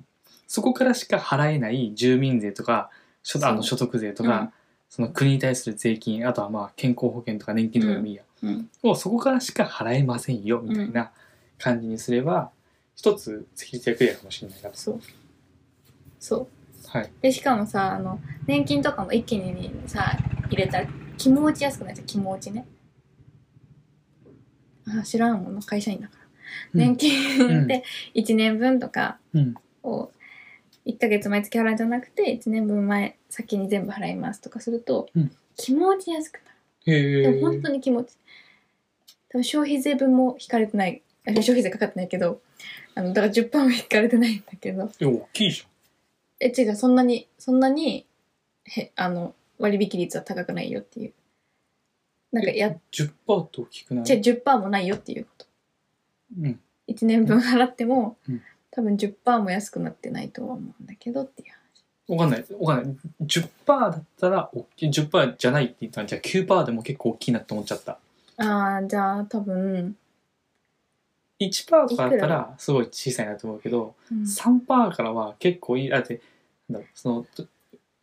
A: そこからしか払えない住民税とか所あ
B: そう
A: の所得税とか、
B: うん
A: その国に対する税金あとはまあ健康保険とか年金とかでもいいや、
B: うん
A: もうそこからしか払えませんよみたいな感じにすれば、一つセキュリティがクリアかもしれないなと
B: そうそう
A: はい
B: でしかもさあの年金とかも一気にさ入れたら気持ちやすくなっちゃう気持ちねあ知らんもんな会社員だから、年金って1年分とか
A: うん
B: を1ヶ月毎月払うんじゃなくて1年分前先に全部払いますとかすると、
A: うん
B: 気持ちやすくな
A: へ
B: る
A: え
B: でも本当に気持ち多分消費税分も引かれてないあ消費税かかってないけどあのだから10%も引かれてないんだけど
A: え大きいじ
B: え違うそんなにそんなにへあの割引率は高くないよっていうなんかや
A: ゃん10%って大きくない
B: じゃ10%もないよっていうこと
A: うん
B: 1年分払っても、
A: うん
B: 多分10%も安くなってないとは思うんだけどっていう
A: わかんないわかんない10%だったら大きい10%じゃないって言ったらじゃあ9%でも結構大きいなって思っちゃった
B: 話あーじゃあ多分、
A: 1%とかだっ
B: い
A: た
B: く
A: らすごい小さいなと思うけど
B: うん
A: 3%からは結構いいだってなんだろうそのと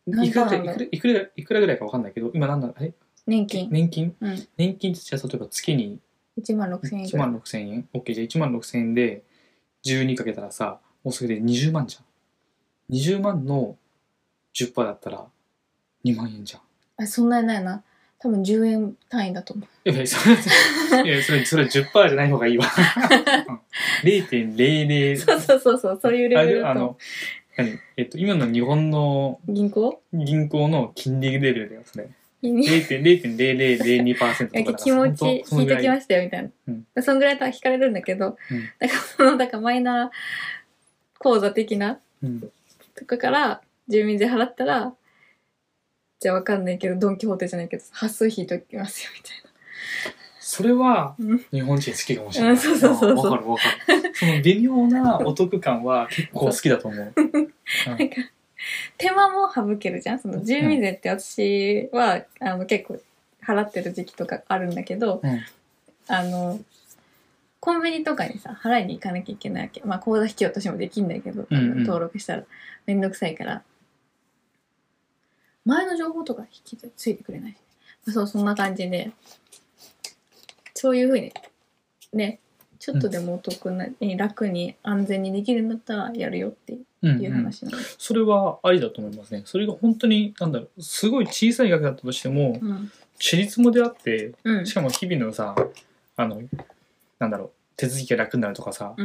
B: 何
A: いくら
B: パーなんだ
A: いくらいくらいくらぐらいかわかんないけど今なんだろうえ
B: 年金、
A: 年金
B: うん、
A: 年金ってじゃあ例えば月に
B: 1万6000円ぐ
A: 1
B: らい
A: 万6000円 OK じゃあ1万6000円で12かけたらさもうそれで20万じゃん20万の10%だったら2万円じゃん
B: あそんなにないな多分10円単位だと思う
A: いやいやそれいやそれそれ10%じゃない方がいいわうん0.00
B: そうそうそうそうそういうレ
A: あ
B: ベル
A: れ
B: だ
A: あ
B: と思う
A: の何えっと今の日本の
B: 銀行
A: 銀行の金利レベルだよそれ
B: に
A: 0.0002%
B: なん
A: とか
B: か
A: だ
B: 気持ち
A: ほんとその
B: 引
A: ぐ
B: いて
A: ら
B: きましたよみたいな、そんぐらい引かれるんだけど、
A: うん
B: だからそのだからマイナー口座的な
A: うん
B: とかから住民税払ったらじゃあわかんないけどドン・キホーテじゃないけど発数引いときますよみたいな
A: それは
B: うん
A: 日本人好きかもしれな
B: う
A: い。
B: んそうそうそうそう
A: あわかるわか
B: [LAUGHS]
A: る。その微妙なお得感は結構好きだと思う。
B: なんか手間も省けるじゃんその住民税って私は、あの結構払ってる時期とかあるんだけど
A: うん。
B: あのコンビニとかにさ払いに行かなきゃいけないわけまあ口座引き落としもできんだけど、
A: うんうん
B: 登録したらめんどくさいから前の情報とか引き継いでくれないし、まあそうそんな感じでそういうふうにねちょっとでもお得な、に楽に安全にできるんだったらやるよってい
A: うんうん
B: う話なの、
A: それはありだと思いますねそれが本当になんだろうすごい小さい額だったとしても
B: うん
A: 私立もであって
B: うん
A: しかも日々のさあのなんだろう手続きが楽になるとかさ、
B: う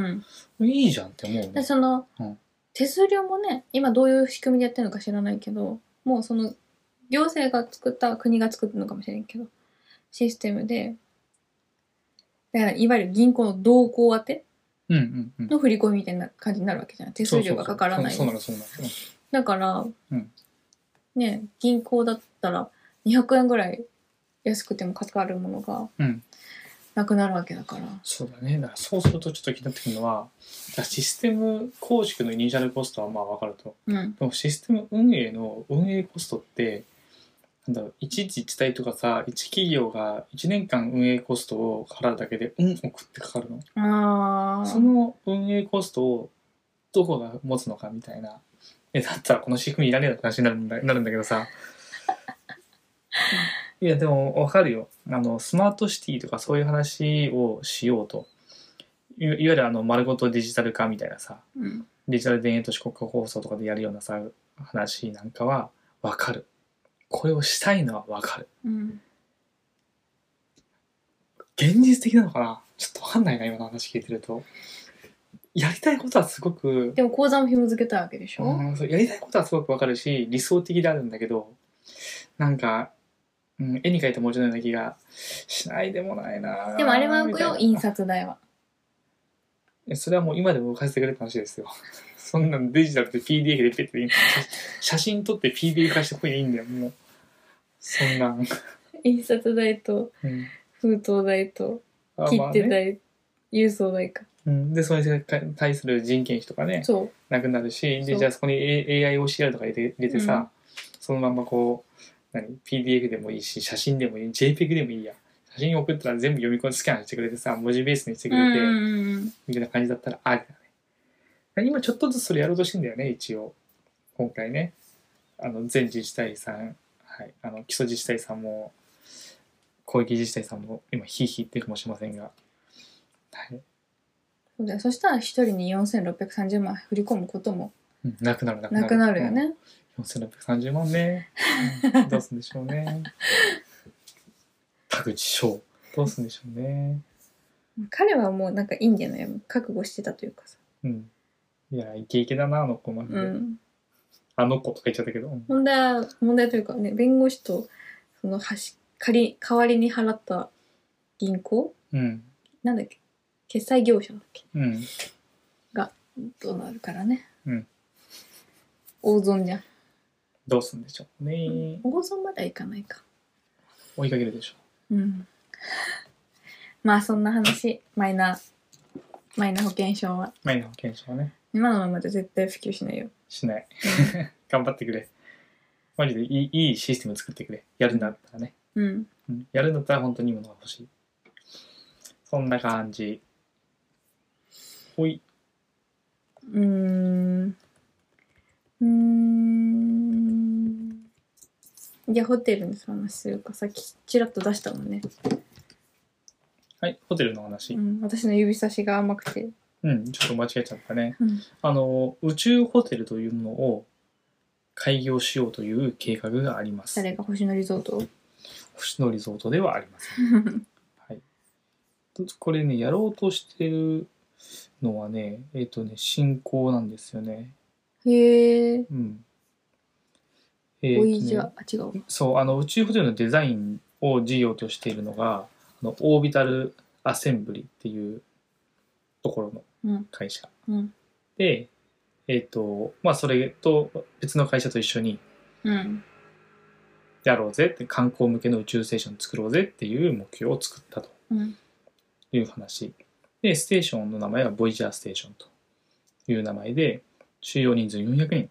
B: ん、
A: いいじゃんって思う
B: で
A: ね
B: その、
A: うん
B: 手数料もね今どういう仕組みでやってるのか知らないけどもうその行政が作った国が作ったのかもしれんけどシステムでだからいわゆる銀行の同行宛て
A: うんうんうん
B: の振り込みみたいな感じになるわけじゃない手数料がかからない
A: そうそうそうそうなのそうなの
B: だから、
A: うん
B: ね銀行だったら200円ぐらい安くてもかかるものが
A: うん
B: なくなるわけだから、
A: そうだねだからそうするとちょっと気になってくるのはだからシステム構築のイニシャルコストはまあ分かると
B: うん、
A: でもシステム運営の運営コストってなんだろう一自治体とかさ一企業が1年間運営コストを払うだけでうん億ってかかるの
B: あ
A: そ
B: あ
A: の運営コストをどこが持つのかみたいな。え、だったらこの仕組みいらねえなって話になるんだなるんだけどさ。いや、でもわかるよ。あの、スマートシティとかそういう話をしようと。いいわゆるあの、丸ごとデジタル化みたいなさ、
B: うん
A: デジタル田園都市国家放送とかでやるようなさ、話なんかはわかる。これをしたいのはわかる。
B: うん
A: 現実的なのかなちょっとわかんないな、今の話聞いてると。やりたいことはすごく
B: でも口座も紐付けたいわけでしょ、
A: うん、そうやりたいことはすごくわかるし理想的であるんだけどなんか、うん、絵に描いた文字のような気がしないでもないな
B: でもあれは
A: みたい
B: よ
A: な
B: 印刷代は。
A: いやそれはもう今でも動かせてくれって話ですよ [LAUGHS] そんなのデジタルで PDF でペッて印刷して写真撮って PDF 化してこいでいいんだよもうそんなん、
B: 印刷代と
A: うん
B: 封筒代と
A: あ
B: 切
A: まあ
B: 手
A: ね
B: 代、郵送代か。
A: うん、でそれに対する人件費とかね
B: そう。
A: なくなるし
B: そ
A: で
B: う
A: じゃあそこに A- AIOCR とか入れて入れてさ、
B: うん
A: そのままこう何 PDF でもいいし写真でもいい JPEG でもいいや写真送ったら全部読み込んでスキャンしてくれてさ文字ベースにして
B: う
A: く
B: ん
A: れ
B: う
A: て、
B: んうん。
A: みたいな感じだったらありだね今ちょっとずつそれやろうとしてんだよね一応今回ねあの全自治体さん、はい、あの基礎自治体さんも広域自治体さんも今ヒーヒー言ってるかもしれませんが、はい、
B: そうだよ。そしたら一人に4630万振り込むことも
A: うんなくなるなくなる
B: なくなるよね。
A: 4630万
B: [LAUGHS]
A: ね、どうすんでしょうね田口翔どうすんでしょうね
B: 彼はもうなんかいいんじゃない覚悟してたというかさ。
A: うんいやイケイケだなあの子まで、
B: うん。
A: あの子とか言っちゃったけど、うん
B: 問題は、問題というかね、弁護士と、その、はし、借り、代わりに払った銀行
A: うん
B: なんだっけ決済業者だっけ
A: うん
B: どうなるからね。
A: うん。
B: 大損じゃん。
A: どうすんでしょうね、
B: 大損まではいかないか。
A: 追いかけるでしょ
B: うん。まあそんな話、マイナ、マイナ保険証は。
A: うマイナ保険証はね
B: 今のままじゃ絶対普及しないよ。
A: しない頑張ってくれマジでいいいいシステム作ってくれやるんだったらね、
B: うん。
A: うん、やるんだったら本当にいいものが欲しいそんな感じほいう
B: ーん。うーん。じゃあホテルの話するか、さっきちらっと出したもんね。
A: はいホテルの話、
B: うん。私の指差しが甘くて。
A: うん、ちょっと間違えちゃったね。
B: うん。
A: あの、宇宙ホテルというものを開業しようという計画があります。
B: 誰が星野リゾートを
A: 星野リゾートではありません。これね、やろうとしてるのはね、えっ、とね、進行なんですよね。
B: へえ。
A: うん。えーと
B: ボ
A: ね
B: イジャー、あ、違うわ。
A: そう、あの、宇宙ホテルのデザインを事業としているのが、あのオービタルアセンブリっていうところの会社。
B: うん。
A: で、えっ、と、まあ、それと別の会社と一緒に
B: うん。
A: やろうぜって、観光向けの宇宙ステーション作ろうぜっていう目標を作ったと
B: うん。
A: いう話。で、ステーションの名前はボイジャーステーションという名前で、収容人数400人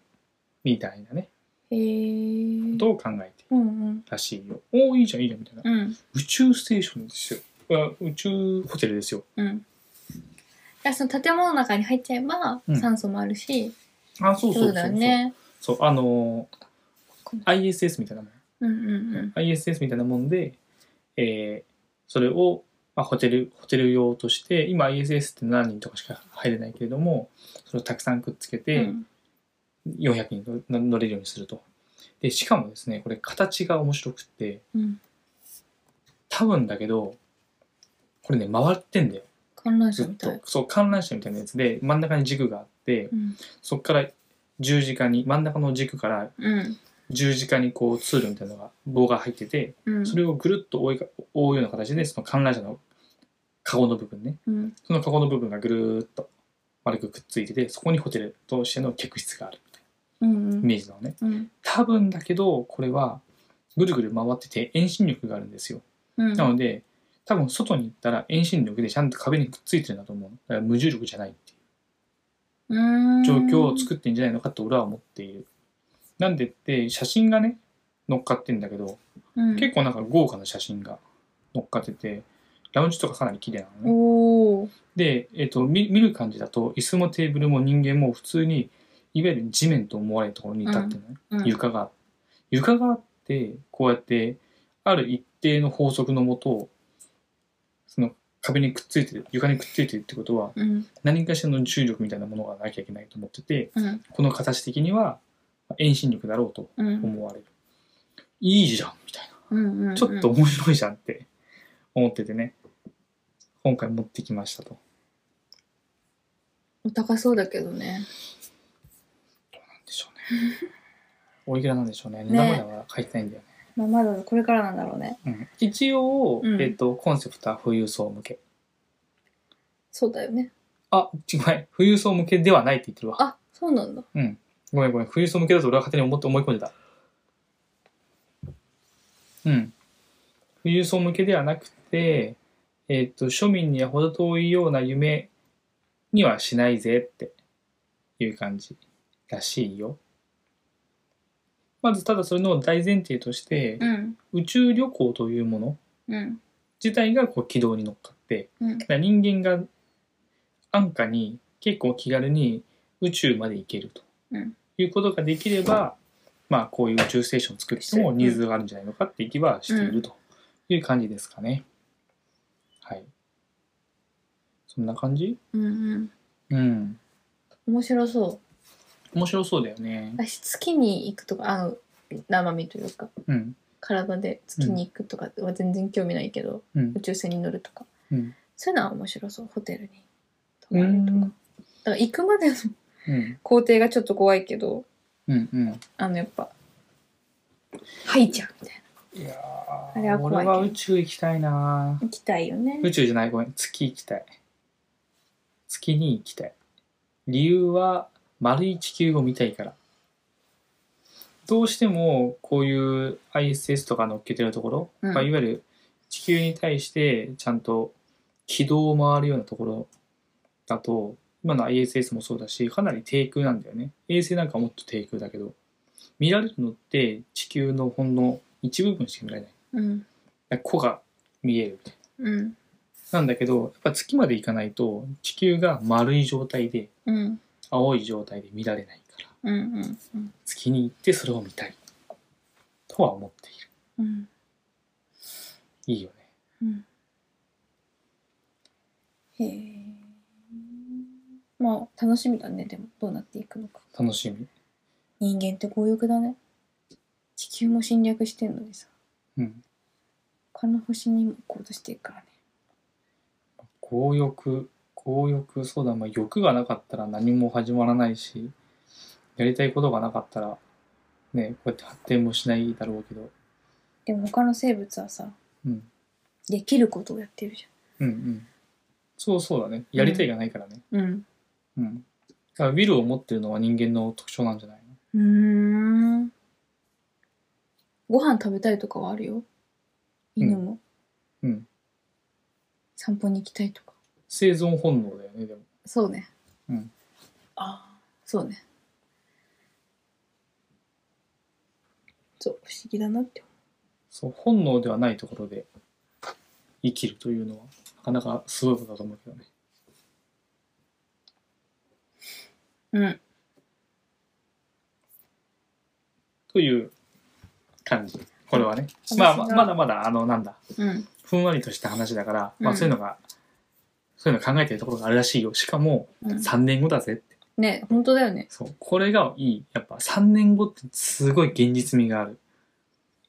A: みたいなね、
B: へえ。
A: ことを考えている
B: うんうん。
A: らしいよ。おお、いいじゃん、いいじゃん、みたいな。
B: うん。
A: 宇宙ステーションですよ。あ宇宙ホテルですよ。
B: うん。だからその建物の中に入っちゃえば
A: うん
B: 酸素もあるし、
A: あ、そうそうそう
B: そうだよね。
A: そう、あのー
B: かんない。
A: ISS みたいなもん
B: うんうんうん。
A: ISS みたいなもんで、えーそれを、まあ、ホテルホテル用として今 ISS って何人とかしか入れないけれどもそれをたくさんくっつけ
B: う
A: て
B: ん
A: 400人の乗れるようにすると。でしかもですねこれ形が面白くって
B: うん。
A: 多分だけどこれね回ってんだよ
B: 観覧
A: ず
B: 車
A: っ
B: みた
A: と
B: い。
A: そう観覧車みたいなやつで真ん中に軸があって
B: うん。
A: そこから十字架に真ん中の軸から
B: うん。
A: 十字架にこうツールみたいなのが棒が入ってて
B: うん。
A: それをぐるっと覆いか覆うような形でその観覧車のカゴの部分ね
B: うん。
A: そのカゴの部分がぐるーっと丸くくっついててそこにホテルとしての客室があるみたい
B: うん。う
A: なんイメージなのね
B: うん。
A: 多分だけどこれはぐるぐる回ってて遠心力があるんですよ
B: うん。
A: なので多分外に行ったら遠心力でちゃんと壁にくっついてるんだと思うだから無重力じゃないっていう
B: うん。
A: 状況を作ってんじゃないのかと俺は思っている。なんでって写真がね乗っかってんだけど
B: うん。
A: 結構なんか豪華な写真が乗っかっててラウンジとかかなり綺麗なのね。
B: おお。
A: で、えっと見見る感じだと椅子もテーブルも人間も普通にいわゆる地面と思われるところに立ってるのね、
B: うん
A: 床が。床があってこうやってある一定の法則のもとその壁にくっついてる床にくっついてるってことは
B: うん。
A: 何かしらの重力みたいなものがなきゃいけないと思ってて。
B: うん。
A: この形的には遠心力だろうと
B: うん。
A: 思われる。いいじゃんみたいな。
B: うん。うん
A: ちょっと。面白いじゃんって思っててね。今回持ってきましたと。
B: お高そうだけどね。
A: なんでしょうね。
B: [LAUGHS]
A: おいくらなんでしょうね。値段までは書いてないんだよね。
B: まあ、まだこれからなんだろうね。
A: うん一応、
B: うん
A: えっと、コンセプトは富裕層向け。
B: そうだよね。
A: あ、違う。富裕層向けではないって言ってるわ。
B: あ、そうなんだ。
A: ごめんごめん。富裕層向けだと俺は勝手に思って思い込んでた。うん。富裕層向けではなくて、えっ、と、庶民には程遠いような夢にはしないぜっていう感じらしいよ。まず、ただそれの大前提として
B: う、ん。
A: 宇宙旅行というもの
B: うん。
A: 自体がこう軌道に乗っかって、
B: うん
A: だ。から人間が安価に結構気軽に宇宙まで行けると、
B: うん
A: いうことができれば、まあ、こういう宇宙ステーションを作る人もニーズがあるんじゃないのかって気はしているという感じですかね。はい。そんな感じ
B: うん。うん。
A: うん。
B: 面白そう。
A: 面白そうだよね。
B: 私、月に行くとか、あの、生身というか、
A: うん。
B: 体で月に行くとかは全然興味ないけど、
A: うん
B: 宇。宙船に乗るとか。
A: うん。
B: そういうのは面白そう。ホテルに泊
A: う
B: まるとか。
A: ん。
B: だから行くまでの
A: うん。
B: 工程がちょっと怖いけど、
A: うん。うん。
B: あの、やっぱ、入っちゃうみたい
A: いや
B: あれは
A: ー
B: 怖い
A: 俺
B: けど
A: は宇宙行きたいな
B: な。行きたいよね。
A: 宇宙じゃないごめん月行きたい月に行きたい理由は丸い地球を見たいからどうしてもこういう ISS とか乗っけてるところ、
B: うん
A: まあ、いわゆる地球に対してちゃんと軌道を回るようなところだと今の ISS もそうだしかなり低空なんだよね衛星なんかもっと低空だけど見られるのって地球のほんの一部分しか見られない
B: うん。
A: だから弧が見えるみたいな
B: うん。
A: なんだけど、やっぱ月まで行かないと地球が丸い状態で、
B: うん。
A: 青い状態で見られないから、
B: うん。うん。うん
A: 月に行ってそれを見たい。とは思っている。
B: うん。
A: いいよね。
B: うんへえ。まあ、楽しみだね、でも、どうなっていくのか。
A: 楽しみ。
B: 人間って強欲だね。地球も侵略してんのにさ、
A: うん。
B: 他の星にも行こうとしてるからね。
A: 強欲、強欲、そうだ、まあ、欲がなかったら何も始まらないし、やりたいことがなかったら、ね、こうやって発展もしないだろうけど、
B: でも他の生物はさ、
A: うん。
B: できることをやってるじ
A: うんうん。そうそうだね。やりたいがないからね。
B: ゃん。
A: うん。だから、ウィルを持ってるのは人間の特徴なんじゃないの
B: うん。うーん。ご飯食べたいとかはあるよ。犬も。
A: うんうん
B: 散歩に行きたいとか。
A: 生存本能だよね、でも。
B: そうね。
A: うん。
B: ああ、そうね。そう、不思議だなって
A: そう本能ではないところで生きるというのはなかなかすごいことだと思うけどね
B: 思う。うん。
A: という感じ。これはね。
B: 私
A: まあ、
B: が
A: ままだまだ、あの、なんだ、
B: うん。
A: ふんわりとした話だから、ま
B: う
A: あ、
B: ん
A: そういうのが、そういうの考えてるところがあるらしいよ。しかも、
B: うん、
A: 3年後だぜって。
B: ね、本当だよね。
A: そう。これがいい。やっぱ、3年後ってすごい現実味がある。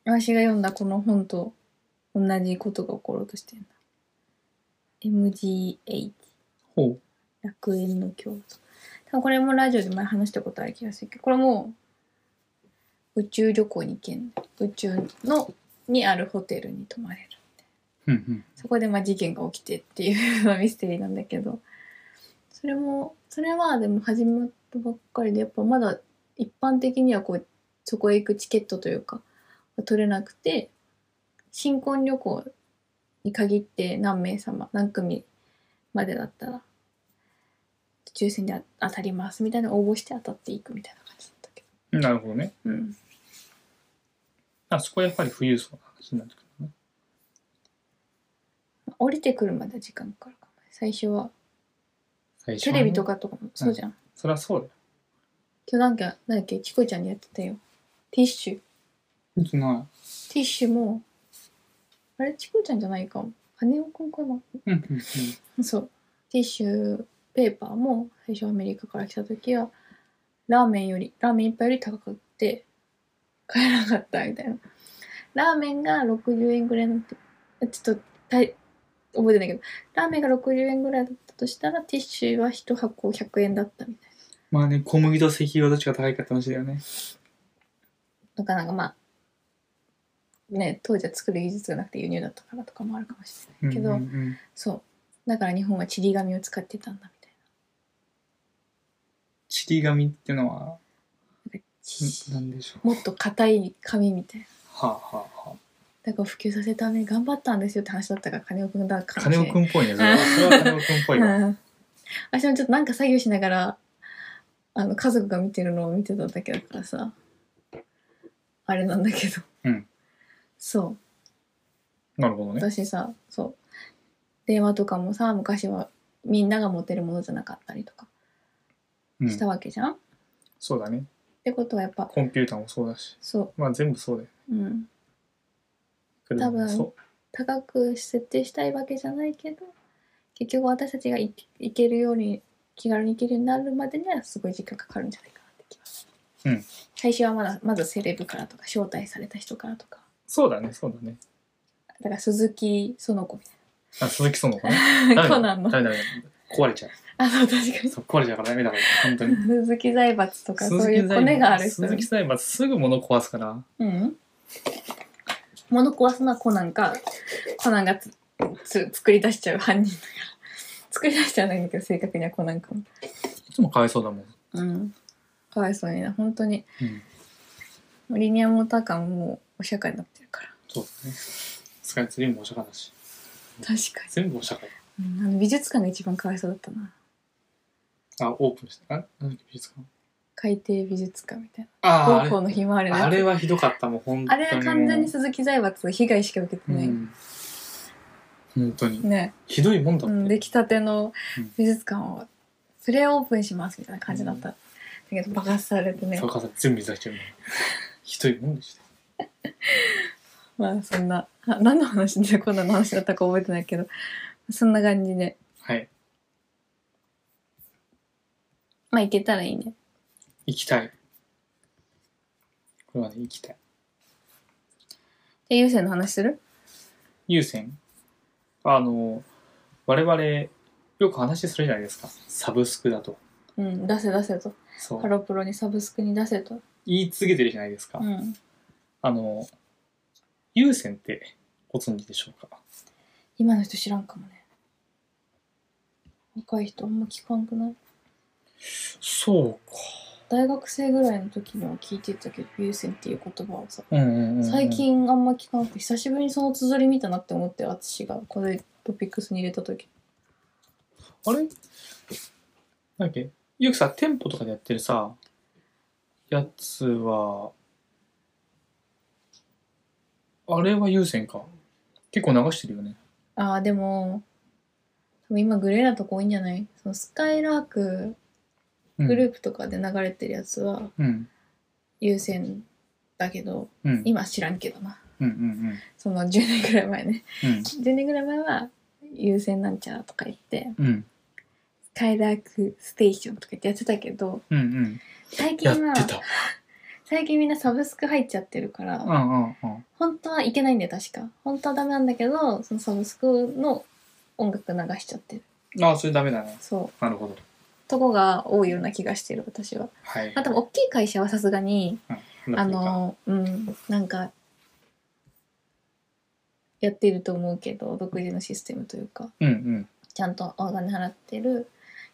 B: 私が読んだこの本と同じことが起ころうとしてるんだ。MGH
A: ほう。
B: 楽園の教祖。多分これもラジオで前話したことある気がするけど、これも宇宙旅行に行けん宇宙のにあるホテルに泊まれる。
A: うんうん。
B: そこでまあ事件が起きてっていうまあミステリーなんだけど、それも、それはでも始まったばっかりで、やっぱまだ一般的にはこう、そこへ行くチケットというか、取れなくて、新婚旅行に限って何名様、何組までだったら、抽選で当たりますみたいな応募して当たっていくみたいな感じだったけ
A: なるほどね。
B: ど。うん。
A: あそこはやっぱり富裕層の話になってくるね。
B: 降りてくるまでは時間かかるかもね。最初は、
A: 最初
B: テ
A: はね
B: レビと。かとかもそうじゃん。
A: そりゃそうだよ。
B: 今日なんか、なんだっけ、チコちゃんにやってたよ。ティッシュ。
A: 見てな。
B: ティッシュも、あれ、チコちゃんじゃないかも。羽男くんかない
A: うんうんうん。
B: そう。ティッシュペーパーも、最初アメリカから来た時は、ラーメンより、ラーメン一杯より高くって、買えなかったみたいな。ラーメンが60円ぐらいなんて、ちょっと、たい覚えてないけど、ラーメンが60円ぐらいだったとしたら、ティッシュは1箱100円だったみたいな。
A: まあね、小麦と石油はどっちが高いかって話だよね。
B: とかなんかまあね当時は作る技術がなくて輸入だったからとかもあるかもしれないけど、
A: うんうんうん
B: そうだから日本はちり紙を使ってたんだみたい
A: ちり紙ってのは、
B: ななんかち
A: んなんでしょう。
B: もっと硬い紙みたいな
A: はあ、はあは
B: だから普及させるために頑張ったんですよって話だったから金尾君だ
A: あ、
B: かも
A: 金
B: しれ
A: 尾
B: ない
A: くんっぽいね。それはそれは金尾くんっぽいわ。
B: うん [LAUGHS] 私もちょっとなんか作業しながらあの家族が見てるのを見てただけだからさあれなんだけど、
A: うん
B: そう
A: なるほどね。
B: 私さそう電話とかもさ昔はみんなが持てるものじゃなかったりとか
A: う
B: した
A: ん、
B: わけじゃん、っ
A: そうだね。
B: てことはやっぱ
A: コンピューターもそうだし。
B: そ
A: まあ全部そうだよ。
B: う、うん、
A: 車もそ
B: 高く設定したいわけじゃないけど結局私たちが行行けるように気軽に行けるようになるまでにはすごい時間かかるんじゃないかなって気がする、
A: うん
B: 最初はまだまずセレブからとか招待された人からとか
A: う。そうだね、そうだね。
B: だから鈴木園子み
A: あ、鈴木園子ね。
B: [LAUGHS] たいなコナンの
A: ダメだダメだ。壊れちゃう。
B: あそう確かに
A: そう壊れちゃうからダメだから、本当に。
B: [LAUGHS] 鈴木財閥とか
A: 鈴木
B: そうい
A: 財
B: う
A: 閥
B: コネがある人
A: 鈴木財閥すぐ物壊すから。
B: うん。物壊すのはコナンか、コナンがつつ作り出しちゃう犯人だから。作り出しちゃうんだけど、正確にはコナンかも。
A: いつもかわいそうだもん。
B: うん。かわいそうにな、本当に。
A: うん。
B: もうリニアモーターカーももうお社会になってるから。
A: そうだね。スカイツリーもお釈迦だし。
B: 確か
A: 全部お釈迦。
B: に。うん、あの美術館が一番かわいそうだったな。
A: あ、オープンした。あ、なんだっけ、美術館。
B: 海底美術館みたいな。
A: ああ、あ
B: 高
A: れ
B: 校のひまわりのやつ。
A: あれはひどかったもん、本当
B: あ
A: に
B: れ
A: もう。
B: は完全に鈴木財閥被害しか受けて
A: う
B: ない。
A: ん。本当に。
B: ね。
A: ひどいもんだ
B: うん、
A: って。
B: 出来たての美術館をプレオープンしますみたいな感じだった、だけど爆発されてね
A: そうかさ、全部水炊きちゃうの。ひどいもんでした。
B: まあそんなあ何の話でこんなの話だったか覚えてないけどそんな感じで
A: はい。
B: まあ行けたらいいね
A: 行きたい。これはね、行きたい。
B: で優先の話する
A: 優先。あの、我々、よく話するじゃないですか。サブスクだと。
B: うん出せ出せと
A: そ
B: ハ
A: う。
B: ロプロにサブスクに出せと
A: 言い続けてるじゃないですか。
B: うん
A: あの、優先ってご存知でしょうか
B: 今の人知らんかもね若い人あんま聞かんくない
A: そうか。
B: 大学生ぐらいの時には聞いてたけど優先っていう言葉をさ
A: うんうんうんうん。
B: 最。近あんま聞かなくて久しぶりにその綴り見たなって思って淳がこれトピックスに入れた時
A: あれなんだっけよくさ、店舗とかでやってるさ、やつは、あれは優先か。結構流してるよね。
B: ああでも多分今グレーなとこ多いんじゃないそのスカイラーク
A: うん
B: グループとかで流れてるやつは
A: うん。
B: 優先だけど
A: うん。
B: 今は知らんけどな
A: うんうん
B: その10年ぐらい前ね
A: うん。
B: 10年ぐらい前は優先なんちゃらとか言って
A: うん。うん。
B: 快楽ステーションとか言ってやってたけど
A: うんうん。
B: 最近
A: やっ
B: は
A: てた。
B: 最近みんなサブスク入っちゃってるから、
A: うんうんうん。
B: 本当はいけないんだよ確か本当はダメなんだけどそのサブスクの音楽流しちゃってる
A: ああ、それダメだね。
B: そう
A: なるほど。
B: とこが多いような気がしてる私は
A: はい。
B: あと大きい会社はさすがにあのうんなんかやってると思うけど独自のシステムというか
A: うんうん。
B: ちゃんとお金払ってる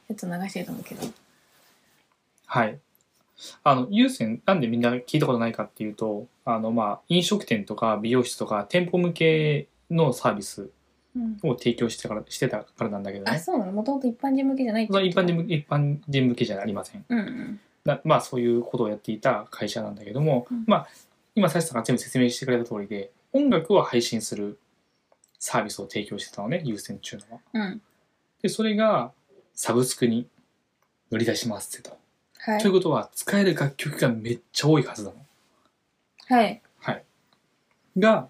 B: やつ流してると思うけど
A: はい。あの、優先、なんでみんな聞いたことないかっていうと、あの、まあ、飲食店とか美容室とか店舗向けのサービス
B: うん
A: を提供してから、してたからなんだけど
B: あ
A: ね。
B: そうなのもともと一般人向けじゃないって
A: まあ、
B: こと
A: 一般人向け、一般人向けじゃありません。
B: うんうん
A: なまあ、そういうことをやっていた会社なんだけども、
B: うん
A: まあ、今、サシさんが全部説明してくれた通りで、音楽を配信するサービスを提供してたのね、優先中のは。
B: うん
A: で、それが、サブスクに乗り出しますってと。
B: は
A: という
B: い
A: ことは、使える楽曲がめっちゃ多いはずなの。
B: はい
A: が、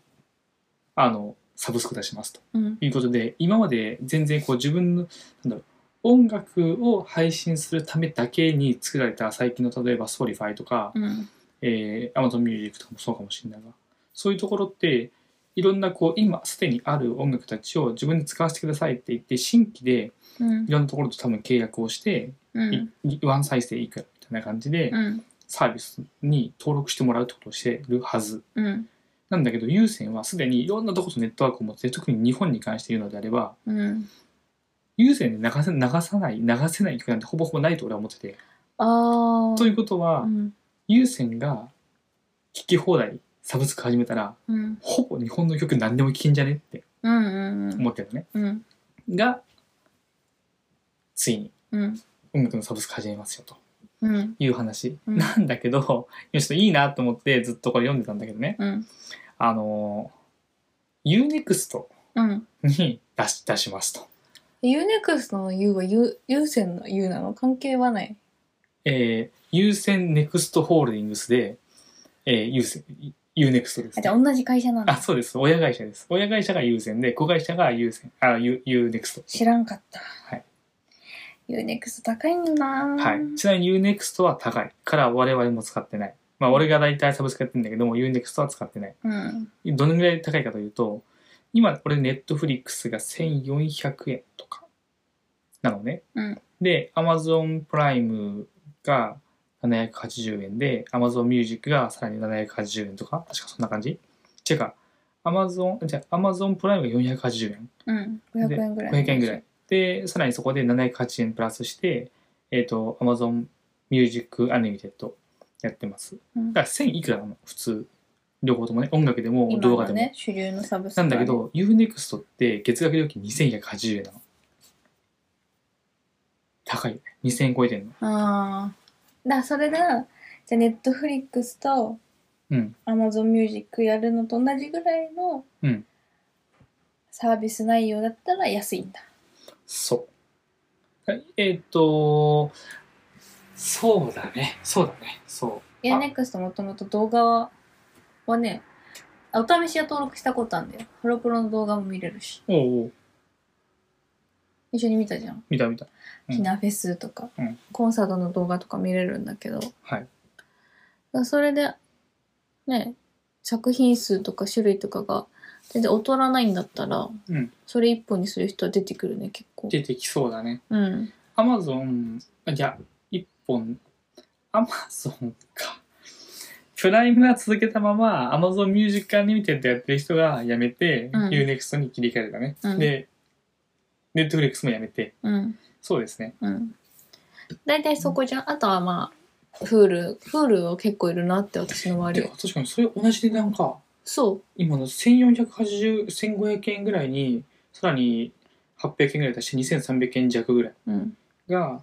A: あの、サブスク出しますと
B: うん
A: いうことで、今まで全然こう自分の、なんだろう、音楽を配信するためだけに作られた最近の例えば Spotify とか、
B: うん
A: えー、Amazon Music とかもそうかもしれないが、そういうところって、いろんなこう今すでにある音楽たちを自分で使わせてくださいって言って新規で
B: うん
A: いろんなところと多分契約をして、
B: うん
A: いワン再生いくらみたいな感じで
B: うん
A: サービスに登録してもらうってことをしてるはず
B: うん
A: なんだけど、優先はすでにいろんなとことネットワークを持って、特に日本に関して言うのであれば、
B: うん
A: 優先で流せ流さない、流せない曲なんてほぼほぼないと俺は思ってて。
B: ああ
A: ということは、
B: うん
A: 優先が聴き放題、サブスク始めたら、
B: うん
A: ほぼ日本の曲何でも聴けんじゃねって
B: うんうん
A: 思ってるのね。
B: うん
A: が、ついに
B: うん
A: 音楽のサブスク始めますよと
B: うん
A: いう話。
B: うん
A: なんだけど、いやちょっといいなと思ってずっとこれ読んでたんだけどね。
B: うん
A: あのー、UNEXT
B: うん
A: に出し出しますと。
B: ユーネクストの U は優優先の U なの関係はない
A: えー、優先ネクストホールディングスで、えー、優先、ユーネクストです、
B: あじゃあ同じ会社なん
A: あ、
B: だ
A: そうです。親会社です。親会社が優先で、子会社が優先、あ、ユーネクス
B: 知らんかった
A: はい
B: ユーネクスト高いんだな
A: ト。はい。ちなみにユーネクストは高いから我々も使ってない。まあ、俺が大体サブスクやってるんだけども、ユーネクストは使ってない。
B: うん
A: どのぐらい高いかというと、今、俺、ネットフリックスが1400円とか、なのね。
B: うん
A: で、Amazon プライムが780円で、Amazon Music がさらに780円とか、確かそんな感じ違うか、Amazon、じゃあ Amazon プライムが480円。
B: うん
A: で
B: 500円ぐらい
A: 500円ぐらい。で、さらにそこで780円プラスして、えっ、と、Amazon Music Unlimited やってます。
B: うん
A: だから1000いくらなの普通。両方ともね、音楽でも動
B: 今
A: 画でも。
B: のね主流のサブスク
A: な
B: は
A: ん
B: ね
A: だけど、UNEXT って月額料金2180円なの。高いよね。2000円超えてんの。
B: ああだそれがじゃあネットフリックスと
A: うん。
B: アマゾンミュージックやるのと同じぐらいの
A: うん
B: サービス内容だったら安いんだ
A: そう。はいえーっ、と、そうだね。そうだね。そ
B: いや、ネクストもともと動画ははね、あお試しは登録したことあるんだよ。ハロプロの動画も見れるし。
A: う。おうおう、
B: 一緒に見たじゃん。
A: 見た見た。うん
B: ひなフェスとか、
A: うん
B: コンサートの動画とか見れるんだけど、だか
A: はい。
B: らそれで、ね、作品数とか種類とかが全然劣らないんだったら、
A: うん
B: それ一本にする人は出てくるね、結構。
A: 出てきそうだね。
B: うん。
A: アマゾン、いや、一本、アマゾンか。プライムは続けたまま、アマゾンミュージックアニメテッドやってる人が辞めて、
B: うん
A: UNEXT に切り替えるんだね。
B: うん
A: で、ネットフリックスも辞めて、
B: うん。
A: そうですね。
B: うん。大体そこじゃん。あとはまあ、フール。フールは結構いるなって私の周
A: で、
B: りは。
A: 確かにそれ同じ値段か。
B: そう。
A: 今の1480、1500円ぐらいに、さらに800円ぐらい足して2300円弱ぐらい
B: うん。
A: が、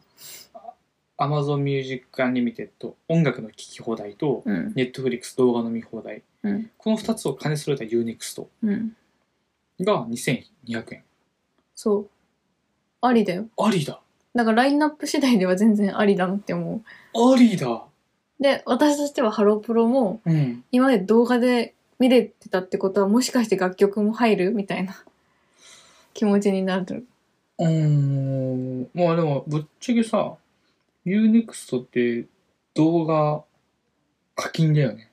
A: アマゾンミュージックアニメテッド、音楽の聴き放題と、
B: うん
A: ネットフリックス動画の見放題。
B: うん
A: この2つを兼ね揃えた UNEXT
B: うん
A: が2200円。
B: そうありだよ
A: ありだ
B: だからラインナップ次第では全然ありだなって思う
A: ありだ
B: で、私としてはハロプロも、
A: うん。
B: 今まで動画で見れてたってことは、もしかして楽曲も入るみたいな気持ちになる。
A: うーん。まあでも、ぶっちゃけさ、Unext って動画課金だよね。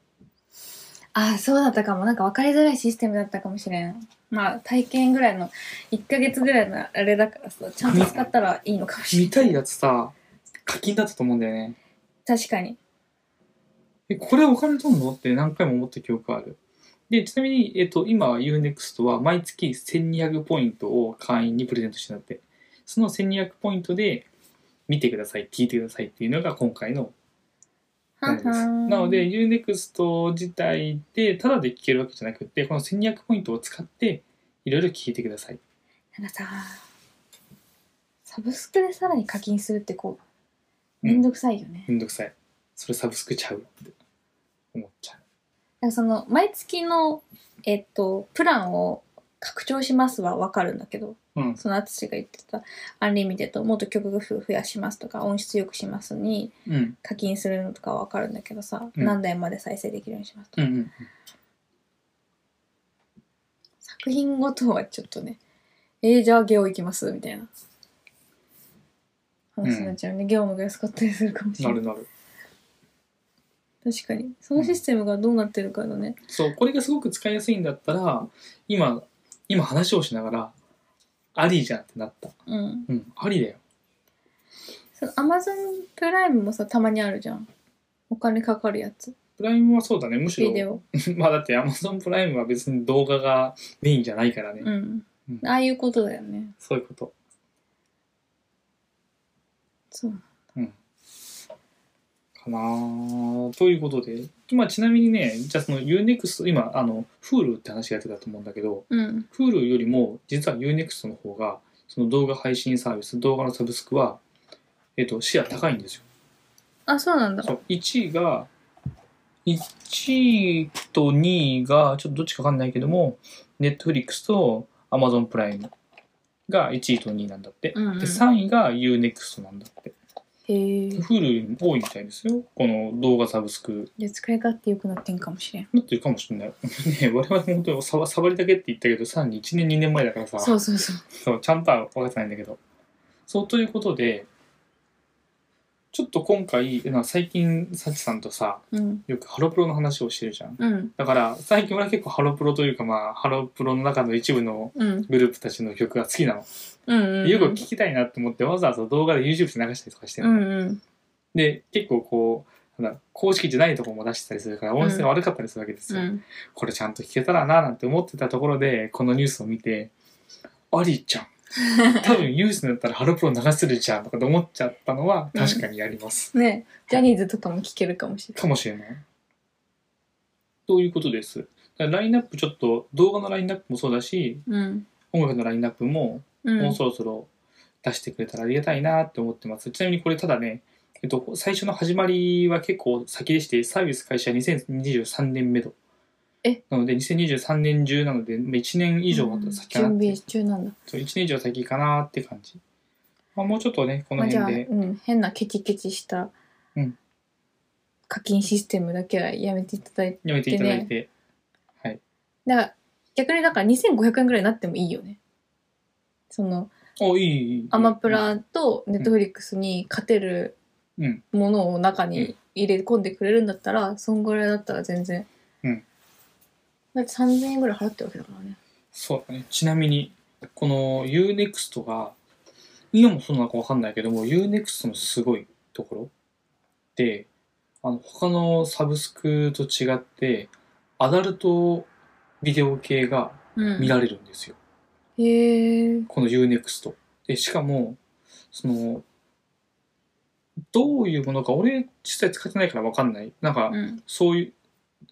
B: ああ、そうだったかも。なんか分かりづらいシステムだったかもしれん。まあ、体験ぐらいの、1ヶ月ぐらいのあれだからさ、ちゃんと使ったらいいのかもしれ
A: 見
B: ん。
A: たいやつさ、課金だったと思うんだよね。
B: 確かに。
A: え、これお金取んのって何回も思った記憶ある。で、ちなみに、えっと、今 Unext は毎月1200ポイントを会員にプレゼントしてたって。その1200ポイントで、見てください、聞いてくださいっていうのが今回のな
B: は
A: ん
B: ん
A: です。
B: はん
A: なので、Unext 自体でただで聞けるわけじゃなくて、この1200ポイントを使って、いろいろ聞いてください。
B: なんかさ、サブスクでさらに課金するってこ
A: う
B: う、めん
A: ん、
B: どくさいよね。
A: めんどくさい。それサブスクちゃうって思っちゃう。
B: なんかその、毎月の、えっと、プランを拡張しますはわかるんだけど、
A: うん。
B: その淳が言ってた、アンリミテッド、もっと曲数増やしますとか、音質良くしますに
A: うん。
B: 課金するのとかはわかるんだけどさ、
A: うん
B: 何台まで再生できるようにしますと
A: う
B: か、
A: んうん。
B: 作品ごとはちょっとね、えー、じゃあゲオ行きますみたいな話になっちゃうね。ゲオの方が安かったりするかもしれ
A: な
B: ない。
A: るなる。
B: 確かに。そのシステムがどうなってるかだね。
A: そう、これがすごく使いやすいんだったら、今、今話をしながら、ありじゃんってなった。
B: うん。
A: うん、ありだよ。
B: その Amazon プライムもさ、たまにあるじゃん。お金かかるやつ。
A: プライムはそうだね、むし
B: ビデ
A: ろ。
B: オ。
A: [LAUGHS] まあだって、アマゾンプライムは別に動画がメインじゃないからね。
B: うん
A: うん。
B: ああいうことだよね。
A: そういうこと。
B: そう。
A: かなあということで、まあちなみにね、じゃあその UNEXT、今、あの、Hulu って話がやってたと思うんだけど、
B: うん。
A: Hulu よりも、実は UNEXT の方が、その動画配信サービス、動画のサブスクは、えっと、シェア高いんですよ。
B: あ、そうなんだ。
A: そう1位が1位と2位がちょっとどっちかわかんないけどもネットフリックスとアマゾンプライムが1位と2位なんだって、
B: うんうん
A: で3位が UNEXT なんだって
B: へえ。
A: Hulu よりも多いみたいですよこの動画サブスク
B: じゃあ使い勝手良くなってんかもしれん。
A: なってるかもしれない [LAUGHS] ね我々本当にさ触りだけって言ったけどさらに1年2年前だからさ
B: そうそうそう。
A: そう、ちゃんとは分かってないんだけど。そう、ということで、ちょっと今回、な最近、サチさんとさ、
B: うん。
A: よくハロプロの話をしてるじゃん。
B: うん。
A: だから、最近俺は結構ハロプロというか、まあ、ハロプロの中の一部の
B: うん。
A: グループたちの曲が好きなの。
B: うん。
A: でよく聞きたいなと思って、わざわざ動画で YouTube で流したりとかして
B: う
A: るの。
B: んうん。
A: で、結構こう、なんだ公式じゃないところも出してたりするから、音質が悪かったりするわけです
B: う
A: よ。
B: ん。
A: これちゃんと聞けたらななんて思ってたところでこのニュースを見てあり
B: [LAUGHS]
A: ちゃん多分ユースになったらハロプロ流せるじゃんとかと思っちゃったのは確かにあります、
B: ねジャニーズとかも聞けるかもしれ
A: かもしれないということですだからラインナップちょっと動画のラインナップもそうだし
B: ない。うん。
A: 音楽のラインナップも
B: うん。
A: もうそろそろ出してくれたらありがたいなって思ってます、ちなみにこれただねえっと、最初の始まりは結構先でしてサービス開始は2023年目と
B: え
A: なので2023年中なので1年以上は先かな
B: 準
A: って、
B: 備中なんだ。
A: そう1年以上先かなって感じ、まあ、もうちょっとねこ
B: ま
A: の
B: あ、じゃあ、
A: 辺
B: う
A: で、
B: ん、変なケチケチした
A: うん
B: 課金システムだけはやめていただいて、
A: やめていただいて、
B: だから逆にだから2500円ぐらいになってもいいよね。その
A: おいいいいいい
B: アマプラとネットフリックスに勝てる
A: うん
B: ものを中に入れ込んでくれるんだったら、そんぐらいだったら全然。
A: うん
B: だって3000円ぐらい払ってるわけだからね。
A: そうだねちなみにこの UNEXT が今もそうなのかわかんないけども UNEXT のすごいところであの他のサブスクと違ってアダルトビデオ系が
B: うん
A: 見られるんですよ、
B: へえ。
A: この UNEXT でしかもそのどういうものか俺実際使ってないからわかんないなんか、
B: うん。
A: そういう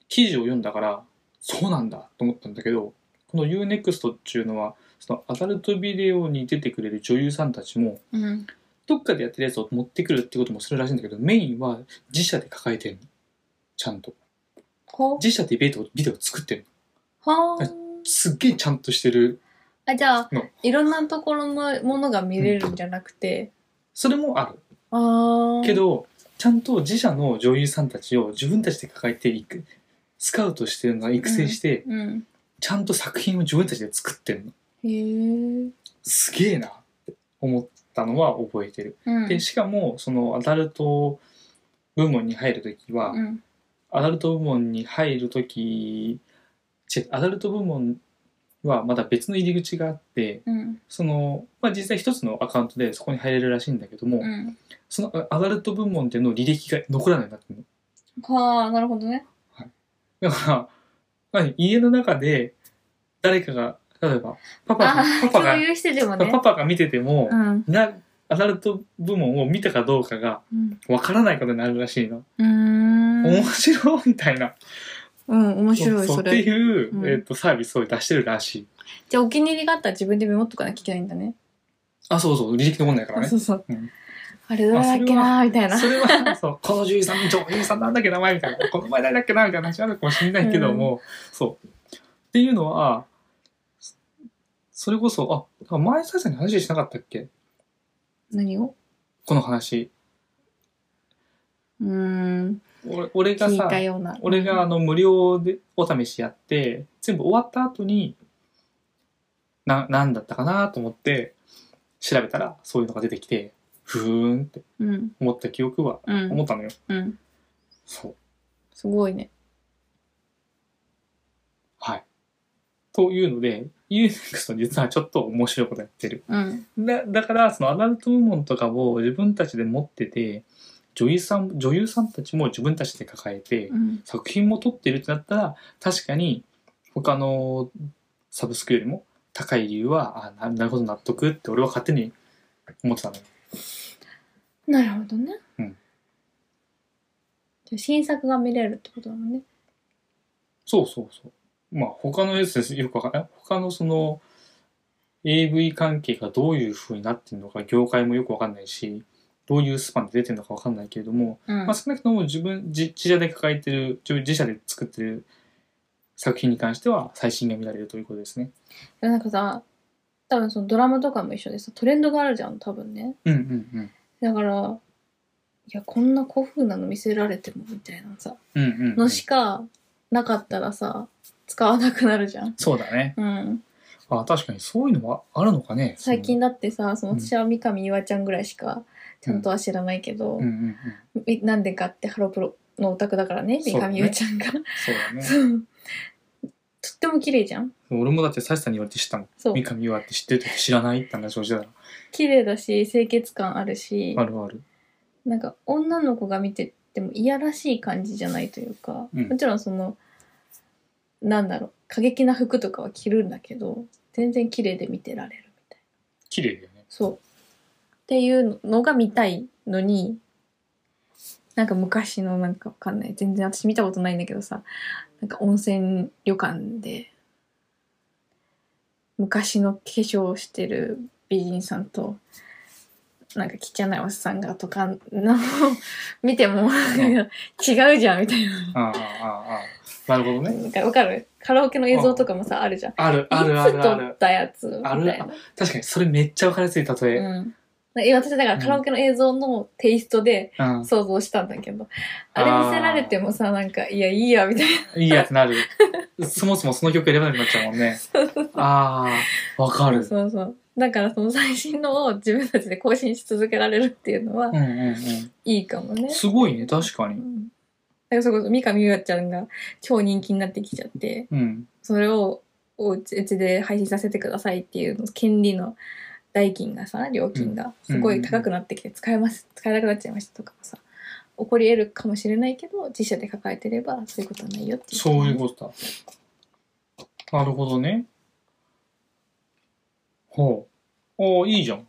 A: 記事を読んだから、そうなんだと思ったんだけど、この UNEXT っていうのは、そのアダルトビデオに出てくれる女優さんたちも、
B: うん。
A: どっかでやってるやつを持ってくるってこともするらしいんだけど、メインは自社で抱えてるの。ちゃんと。
B: こう
A: 自社でビデオビデオ作ってる
B: はー
A: の。すっげえちゃんとしてる。
B: あ、じゃあ
A: の、
B: いろんなところのものが見れるんじゃなくて、
A: それもある。
B: ああ。
A: け、ど、ちゃんと自社の女優さんたちを自分たちで抱えていくスカウトしてるのが育成して、
B: うん。
A: ちゃんと作品を自分たちで作ってるの
B: へえ。
A: すげえなって思ったのは覚えてる、
B: うん。
A: でしかもそのアダルト部門に入る時は、
B: うん。
A: アダルト部門に入る時違うアダルト部門はまた別の入り口があって
B: うん。
A: その、まあ、実際一つのアカウントでそこに入れるらしいんだけども、
B: うん。
A: そのアダルト部門での履歴が残らないようになってるの
B: はあ、なるほどね。
A: だから、何家の中で誰かが、例えば、パパが
B: あ、あ、
A: パパ
B: 共
A: が、
B: 有してでもね
A: パ。パが見てても
B: う、ん。
A: な、アダルト部門を見たかどうかが
B: うん。
A: わからないことになるらしいの。
B: うーん。
A: 面白いみたいな。
B: うん、面白い、
A: そう
B: そ
A: って
B: れ。
A: いう、
B: うん
A: えっと、サービスを出してるらしい。
B: じゃあ、お気に入りがあったら自分でメモっとかなきゃいけないんだね。
A: あ、そうそう、履歴残んないから
B: あ
A: ね
B: そ。うそう
A: うん。
B: あれ、どれだっけなーみたいな。
A: それは、 [LAUGHS] そう、この女優さん、女優さんなんだっけ名前みたいな、この前誰だっけなみたいな話あるかもしれないけども、そう。っていうのは、それこそ、あ、前さんに話しなかったっけ
B: 何を
A: この話
B: うーん。
A: 俺俺が
B: 聞い
A: さ
B: たような。
A: 俺があの無料でお試しやって全部終わった後にな何だったかなと思って調べたらそういうのが出てきてふーんって
B: うん。
A: 思った記憶は
B: うん。
A: 思ったのよ、
B: うん。
A: そう
B: すごいね。
A: はいというので UNEXT 実はちょっと面白いことやってる
B: うん。
A: だだからそのアダルト部門とかを自分たちで持ってて女優さん女優さんたちも自分たちで抱えて、
B: うん。
A: 作品も撮ってるってなったら確かに他のサブスクよりも高い理由はあななるほど納得って俺は勝手に思ってたのよ
B: なるほどね。
A: うん
B: じゃあ新作が見れるってことだもんね。
A: そうそうそうまあ他のやつですよくわかんない他のその AV 関係がどういう風になってるのか業界もよくわかんないしどういうスパンで出てるのかわかんないけれども、
B: うん
A: まあ、少なくとも自分自自社で抱えてる自分自社で作ってる作品に関しては最新が見られるということですね。
B: でもなんかさ多分そのドラマとかも一緒でさトレンドがあるじゃん多分ね
A: うんうん
B: だからいやこんな古風なの見せられてもみたいなさ
A: うん。うんうんうん、
B: のしかなかったらさ使わなくなるじゃん
A: そうだね。
B: うん
A: あ確かにそういうのはあるのかね
B: 最近だってさその
A: うん
B: 私は三上岩ちゃんぐらいしかちゃんとは知らないけど
A: うんうんうん
B: みなんでかってハロプロのオタクだからね
A: そう
B: 三
A: だね
B: 上岩ちゃんが
A: そうだね
B: そうとっても綺麗じゃん
A: 俺もだってサシさんに言われて知ったもん
B: そう
A: 三上岩って知ってる時知らないって話をしてたら
B: 綺麗だし清潔感あるし
A: あるある
B: なんか女の子が見ててもいやらしい感じじゃないというか、
A: うん
B: もちろんそのなんだろう過激な服とかは着るんだけど全然綺麗で見てられるみたいな
A: 綺麗だよね
B: そうっていうのが見たいのになんか昔のなんかわかんない全然私見たことないんだけどさなんか温泉旅館で昔の化粧をしてる美人さんとなんか汚いおっさんがとかの見てもなんか違うじゃんみたいな。
A: ああああああなるほどね
B: なんかわかるカラオケの映像とかもさあるじゃん。
A: あるあるあ
B: い
A: る
B: つ
A: あ
B: 撮っ
A: る
B: たやつみた
A: あ
B: い
A: る
B: な。
A: 確かにそれめっちゃ分かりやすい例え、
B: うん、え私だからカラオケの映像のテイストで
A: うん
B: 想像したんだけど、あれ見せられてもさなんか「いやいいや」みたい
A: いいやつなるそもそもその曲選ばなくなっちゃうもんねああわか
B: な
A: る
B: そうそうだからその最新のを自分たちで更新し続けられるっていうのは
A: うんうんう
B: いいかもね
A: ん、すごいね確か
B: う
A: に
B: ん、だからそれこそ三上優愛ちゃんが超人気になってきちゃって
A: うん
B: それをおうちうちで配信させてくださいっていうの権利の代金がさ料金が
A: うん
B: すごい高くなってきて使えます、使えなくなっちゃいましたとかもさ起こり得るかもしれないけど自社で抱えてればそういうことはないよっていう
A: そういうことだ。なるほどね。ほう。おーいいじゃん。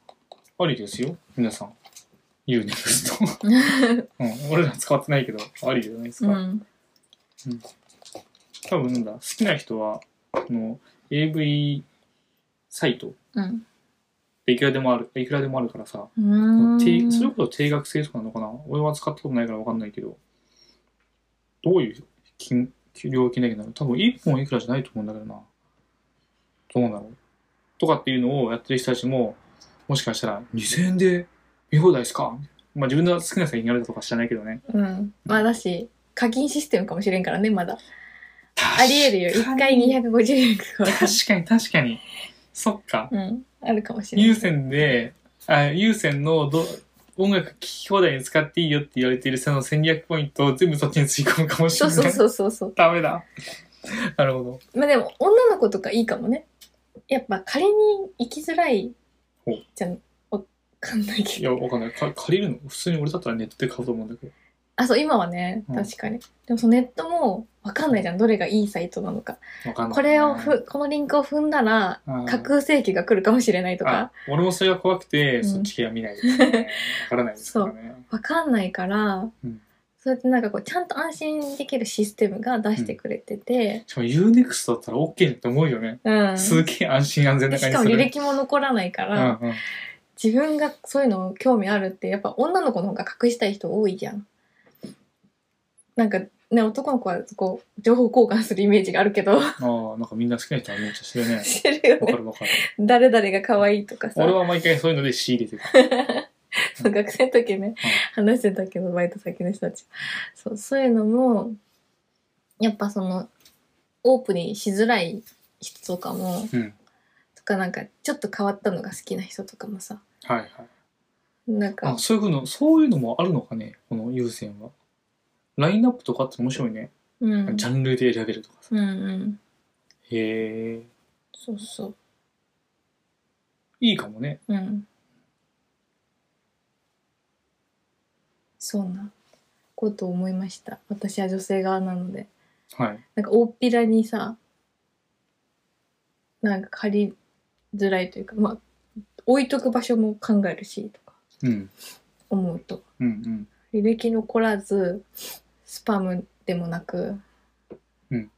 A: ありですよ、皆さん。ユーネクスト。
B: [LAUGHS]
A: うん、俺ら使ってないけど、ありじゃないです
B: う
A: か。
B: ん
A: 多分なんだ、好きな人は、この AV サイトっ
B: うん
A: ていくらでもある、いくらでもあるからさ、
B: うー
A: 低
B: ん
A: それこそ定額制とかなのかな俺は使ったことないからわかんないけど、どういう金、料金だけなの多分1本いくらじゃないと思うんだけどな。どうなのとかっていうのをやってる人たちも、もしかしたら2000円で見放題ですかみまあ自分の好きな先にやるとか知らないけどね。
B: うん。まあだし、課金システムかもしれんからね、まだ。ありえるよ。1回250円かかる
A: 確かに確かに。そっか。
B: うん。あるかもしれ
A: 有
B: ない。
A: 線で、あ有線のど音楽聴き放題に使っていいよって言われているその1200ポイントを全部そっちにつぎ込むかもし
B: そ
A: れ
B: う
A: ない。
B: そうそうそうそう。
A: ダメ
B: [LAUGHS]
A: だ。なるほど。
B: まあでも、女の子とかいいかもね。やっぱ仮に行きづらい
A: ほう
B: じゃん。わかんないけ
A: い
B: ど。
A: や、わかんない。か借りるの普通に俺だったらネットで買うと思うんだけど。
B: あ、そう、今はね、
A: うん
B: 確かに。でもそのネットもわかんないじゃん。どれがいいサイトなのか。
A: わかんない、
B: これをふ、このリンクを踏んだら、
A: うん
B: 架空請求が来るかもしれないとか
A: あ、俺もそれが怖くて、
B: うん
A: そっち系は見
B: [LAUGHS]
A: ないです、ね。わからないですからね。
B: わかんないから、
A: うん
B: そうやってなんかこう、ちゃんと安心できるシステムが出してくれてて、
A: しかも UNEXT だったら OK って思うよね。
B: うん。
A: すげえ安心安全
B: で
A: な
B: し
A: 感じ
B: かも
A: する。
B: 履歴も残らないか
A: う
B: ら、
A: んうん。
B: 自分がそういうの興味あるってやっぱ女の子の方が隠したい人多いじゃん。なんかね男の子はこう情報交換するイメージがあるけ
A: [LAUGHS]
B: ど
A: ああ、なんかみんな好きな人はめっちゃしてるね。
B: 知るよ
A: わか
B: ね
A: るわ
B: [LAUGHS]
A: かる。
B: 誰々が可愛いとかさ
A: 俺は毎回そういうので仕入れて
B: [LAUGHS]
A: る。
B: そう学生の時ね、話してたけどバイト先の人たちそうそういうのもやっぱそのオープンにしづらい人とかも
A: うん。
B: とかなんかちょっと変わったのが好きな人とかもさ
A: はいはい。
B: なん
A: あ
B: か、
A: そういうの、そういうのもあるのかね、この優先は。ラインナップとかって面白いね。
B: うん、
A: ジャンルで選べるとかさ。
B: うんうん
A: へえ。
B: そうそう
A: いいかもね。
B: うん。そうなことを思いました。私は女性側なので。
A: はい。
B: なんか大っぴらにさ、なんか借りづらいというか、まあ、置いとく場所も考えるし、とか
A: うん。
B: 思うと。
A: うんうん。
B: 履歴残らず、スパムでもなく、
A: うん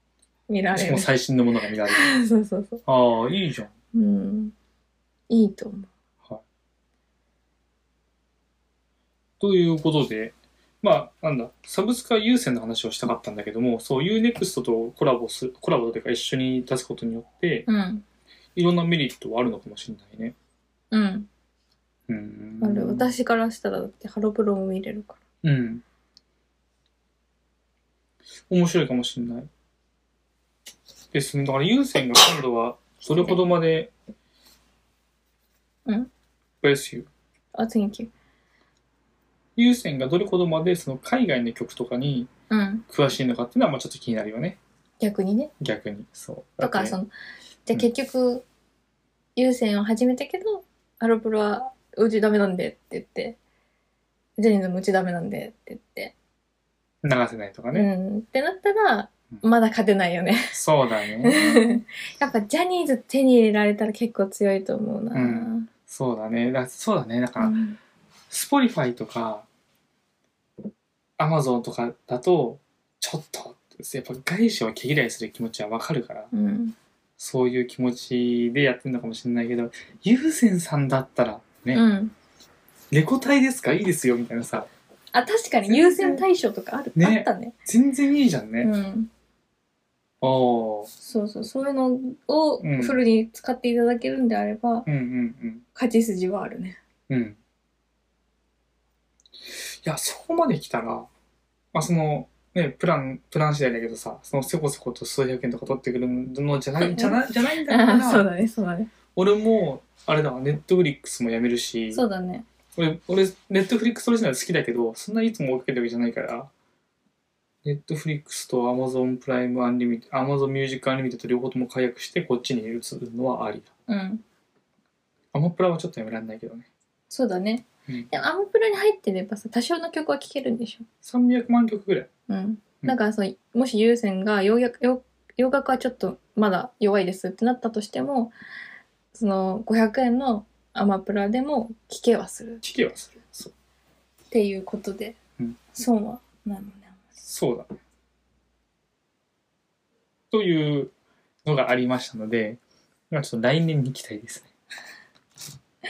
B: 見ら
A: し
B: れ
A: かも
B: る。
A: 最新のものが見られる。
B: [LAUGHS] そうそうそう。
A: ああ、いいじゃん。
B: うん。いいと思う。
A: ということで、まあ、なんだ、サブスクは優先の話をしたかったんだけども、そう、UNEXT とコラボする、コラボというか一緒に出すことによって、
B: うん。
A: いろんなメリットはあるのかもしれないね。
B: うん。
A: うーん。
B: あれ、。私からしたらだってハロプロも見れるから。
A: うん。面白いかもしれない。ですね。だから優先が今度は、それほどまで、
B: うん
A: ?Bless you.
B: あ、次行け
A: 優先がどれほどまで、その海外の曲とかに
B: うん。
A: 詳しいのかっていうのは、まあちょっと気になるよね。
B: 逆にね。
A: 逆に。そう。
B: だからその、じゃあ結局、優先を始めたけど、ハロプロはうちダメなんでって言って、ジャニーズもうちダメなんでって言って、
A: 流せないとか
B: う
A: ね。
B: んってなったら、
A: う
B: まだ勝てないよね。
A: そうだね。
B: [LAUGHS] やっぱジャニーズ手に入れられたら結構強いと思うな。
A: うんそうだね。だそうだね。だから、
B: うん
A: スポリファイとか、アマゾンとかだと、ちょっと、やっぱ外資を毛嫌いする気持ちはわかるから、
B: うん
A: そういう気持ちでやってるのかもしれないけど、優先さんだったら、ね、
B: うん
A: レコ隊ですかいいですよ、みたいなさ、
B: あ、確かに優先対象とかある、
A: ね
B: あったね。
A: 全然いいじゃんね。
B: うん。
A: おー
B: そうそう、そういうのを
A: うん
B: フルに使っていただけるんであれば、
A: うんうん
B: 勝ち筋はあるね。
A: うん。うん。いや、そこまで来たら、まあその、ね、プラン、プラン次第だけどさ、そのせこせこと数百円とか取ってくるのじゃない、じゃない、じゃないんだった
B: あ
A: ら、
B: [LAUGHS] そうだね、そうだね。
A: 俺もあれだネットフリックスもやめるし
B: そうだね。
A: 俺俺ネットフリックスオリジナル好きだけどそんないつも追いかけてるわけじゃないからネットフリックスとアマゾンプライムアンリミテアマゾンミュージックアンリミテッド両方とも解約してこっちに移るのはありだ
B: うん。
A: アマプラはちょっとやめられないけどね
B: そうだね。
A: うん
B: でもアマプラに入ってればさ、多少の曲は聴けるんでしょ。
A: 300万曲ぐらい
B: うん。だからそう、もし優先が洋楽洋洋楽はちょっとまだ弱いですってなったとしても、その500円のアマプラでも聴けはする
A: 聞けはするそう
B: っていうことで、
A: うん
B: 損はないもんね。
A: そうだねというのがありましたのでまあちょっと来年に期待ですね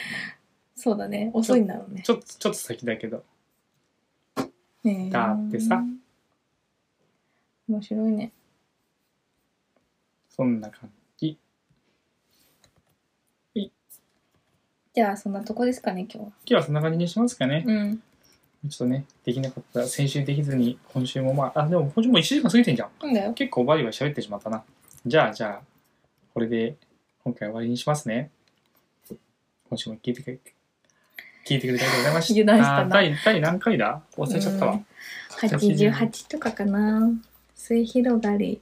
B: そうだね。遅いんだろうね。
A: ちょっとちょっと先だけど
B: ねえ
A: だってさ。
B: 面白いね。
A: そんな感じ
B: じゃあそんなとこですかね、今日は。
A: 今日はそんな感じにしますかね
B: うん。
A: ちょっとね、できなかった。先週できずに、今週もまあ、あ、でも今週も1時間過ぎてんじゃん。
B: なんだよ。
A: 結構バリバリ喋ってしまったな。じゃあ、じゃあ、これで今回終わりにしますね。今週も聞いてくれ、聞いてくれてありがとうございまし
B: 聞いて
A: た。
B: ましたな
A: 第第何回だ忘れちゃった
B: う
A: わ
B: ん。88とかかな。末広がり。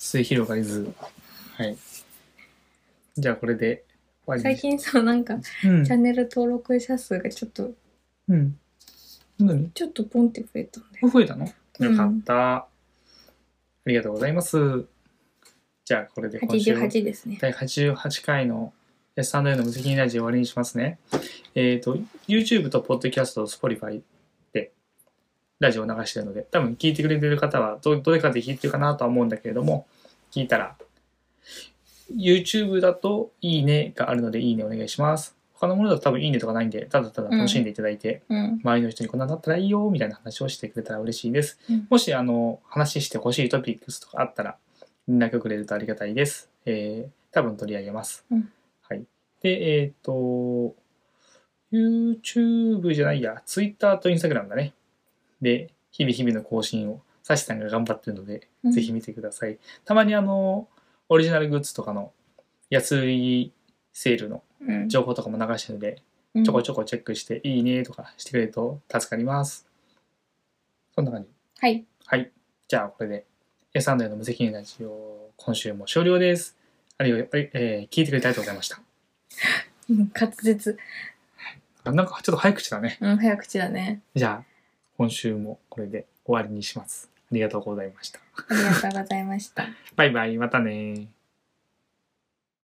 A: 末広がりず。はい。じゃあ、これで終わり
B: 最
A: にし
B: 近さ、なんか、
A: うん
B: チャンネル登録者数がちょっと、
A: うん。何
B: ちょっとポンって増えたんだよ。
A: 増えたのよ
B: うん
A: かった、ありがとうございます。じゃあ、これで今週も
B: 88ですね。
A: 第88回のえスタンドへの無責任ラジオ終わりにしますね。えっ、と、YouTube と Podcast と Spotify でラジオを流してるので、多分聞いてくれてる方はどどれかで聞いてるかなとは思うんだけれども、聞いたら、YouTube だといいねがあるのでいいねお願いします。他のものだと多分いいねとかないんで、ただただ楽しんでいただいて、
B: うん。
A: 周りの人にこんなのあったらいいよみたいな話をしてくれたら嬉しいです。
B: うん
A: もしあの話してほしいトピックスとかあったら連絡くれるとありがたいです。えー、多分取り上げます。
B: うん
A: はい。で、えっ、と、YouTube じゃないや、Twitter と Instagram だね。で、日々日々の更新をサシさんが頑張ってるので、ぜひ見てください。たまにあの、オリジナルグッズとかの安売りセールの
B: うん、
A: 情報とかも流してるので、
B: うん
A: ちょこちょこチェックして、いいねとかしてくれると助かります。そんな感じ。
B: はい。
A: はい。じゃあ、これで、S& の無責任ラジオ、今週も終了です。ありがとう、えー聞いてくれてありがとうございました。
B: うん滑舌。
A: あなんかちょっと早口だね。
B: うん、早口だね。
A: じゃあ、今週もこれで終わりにします。ありがとうございました。
B: ありがとうございました。
A: バイバイ、またねー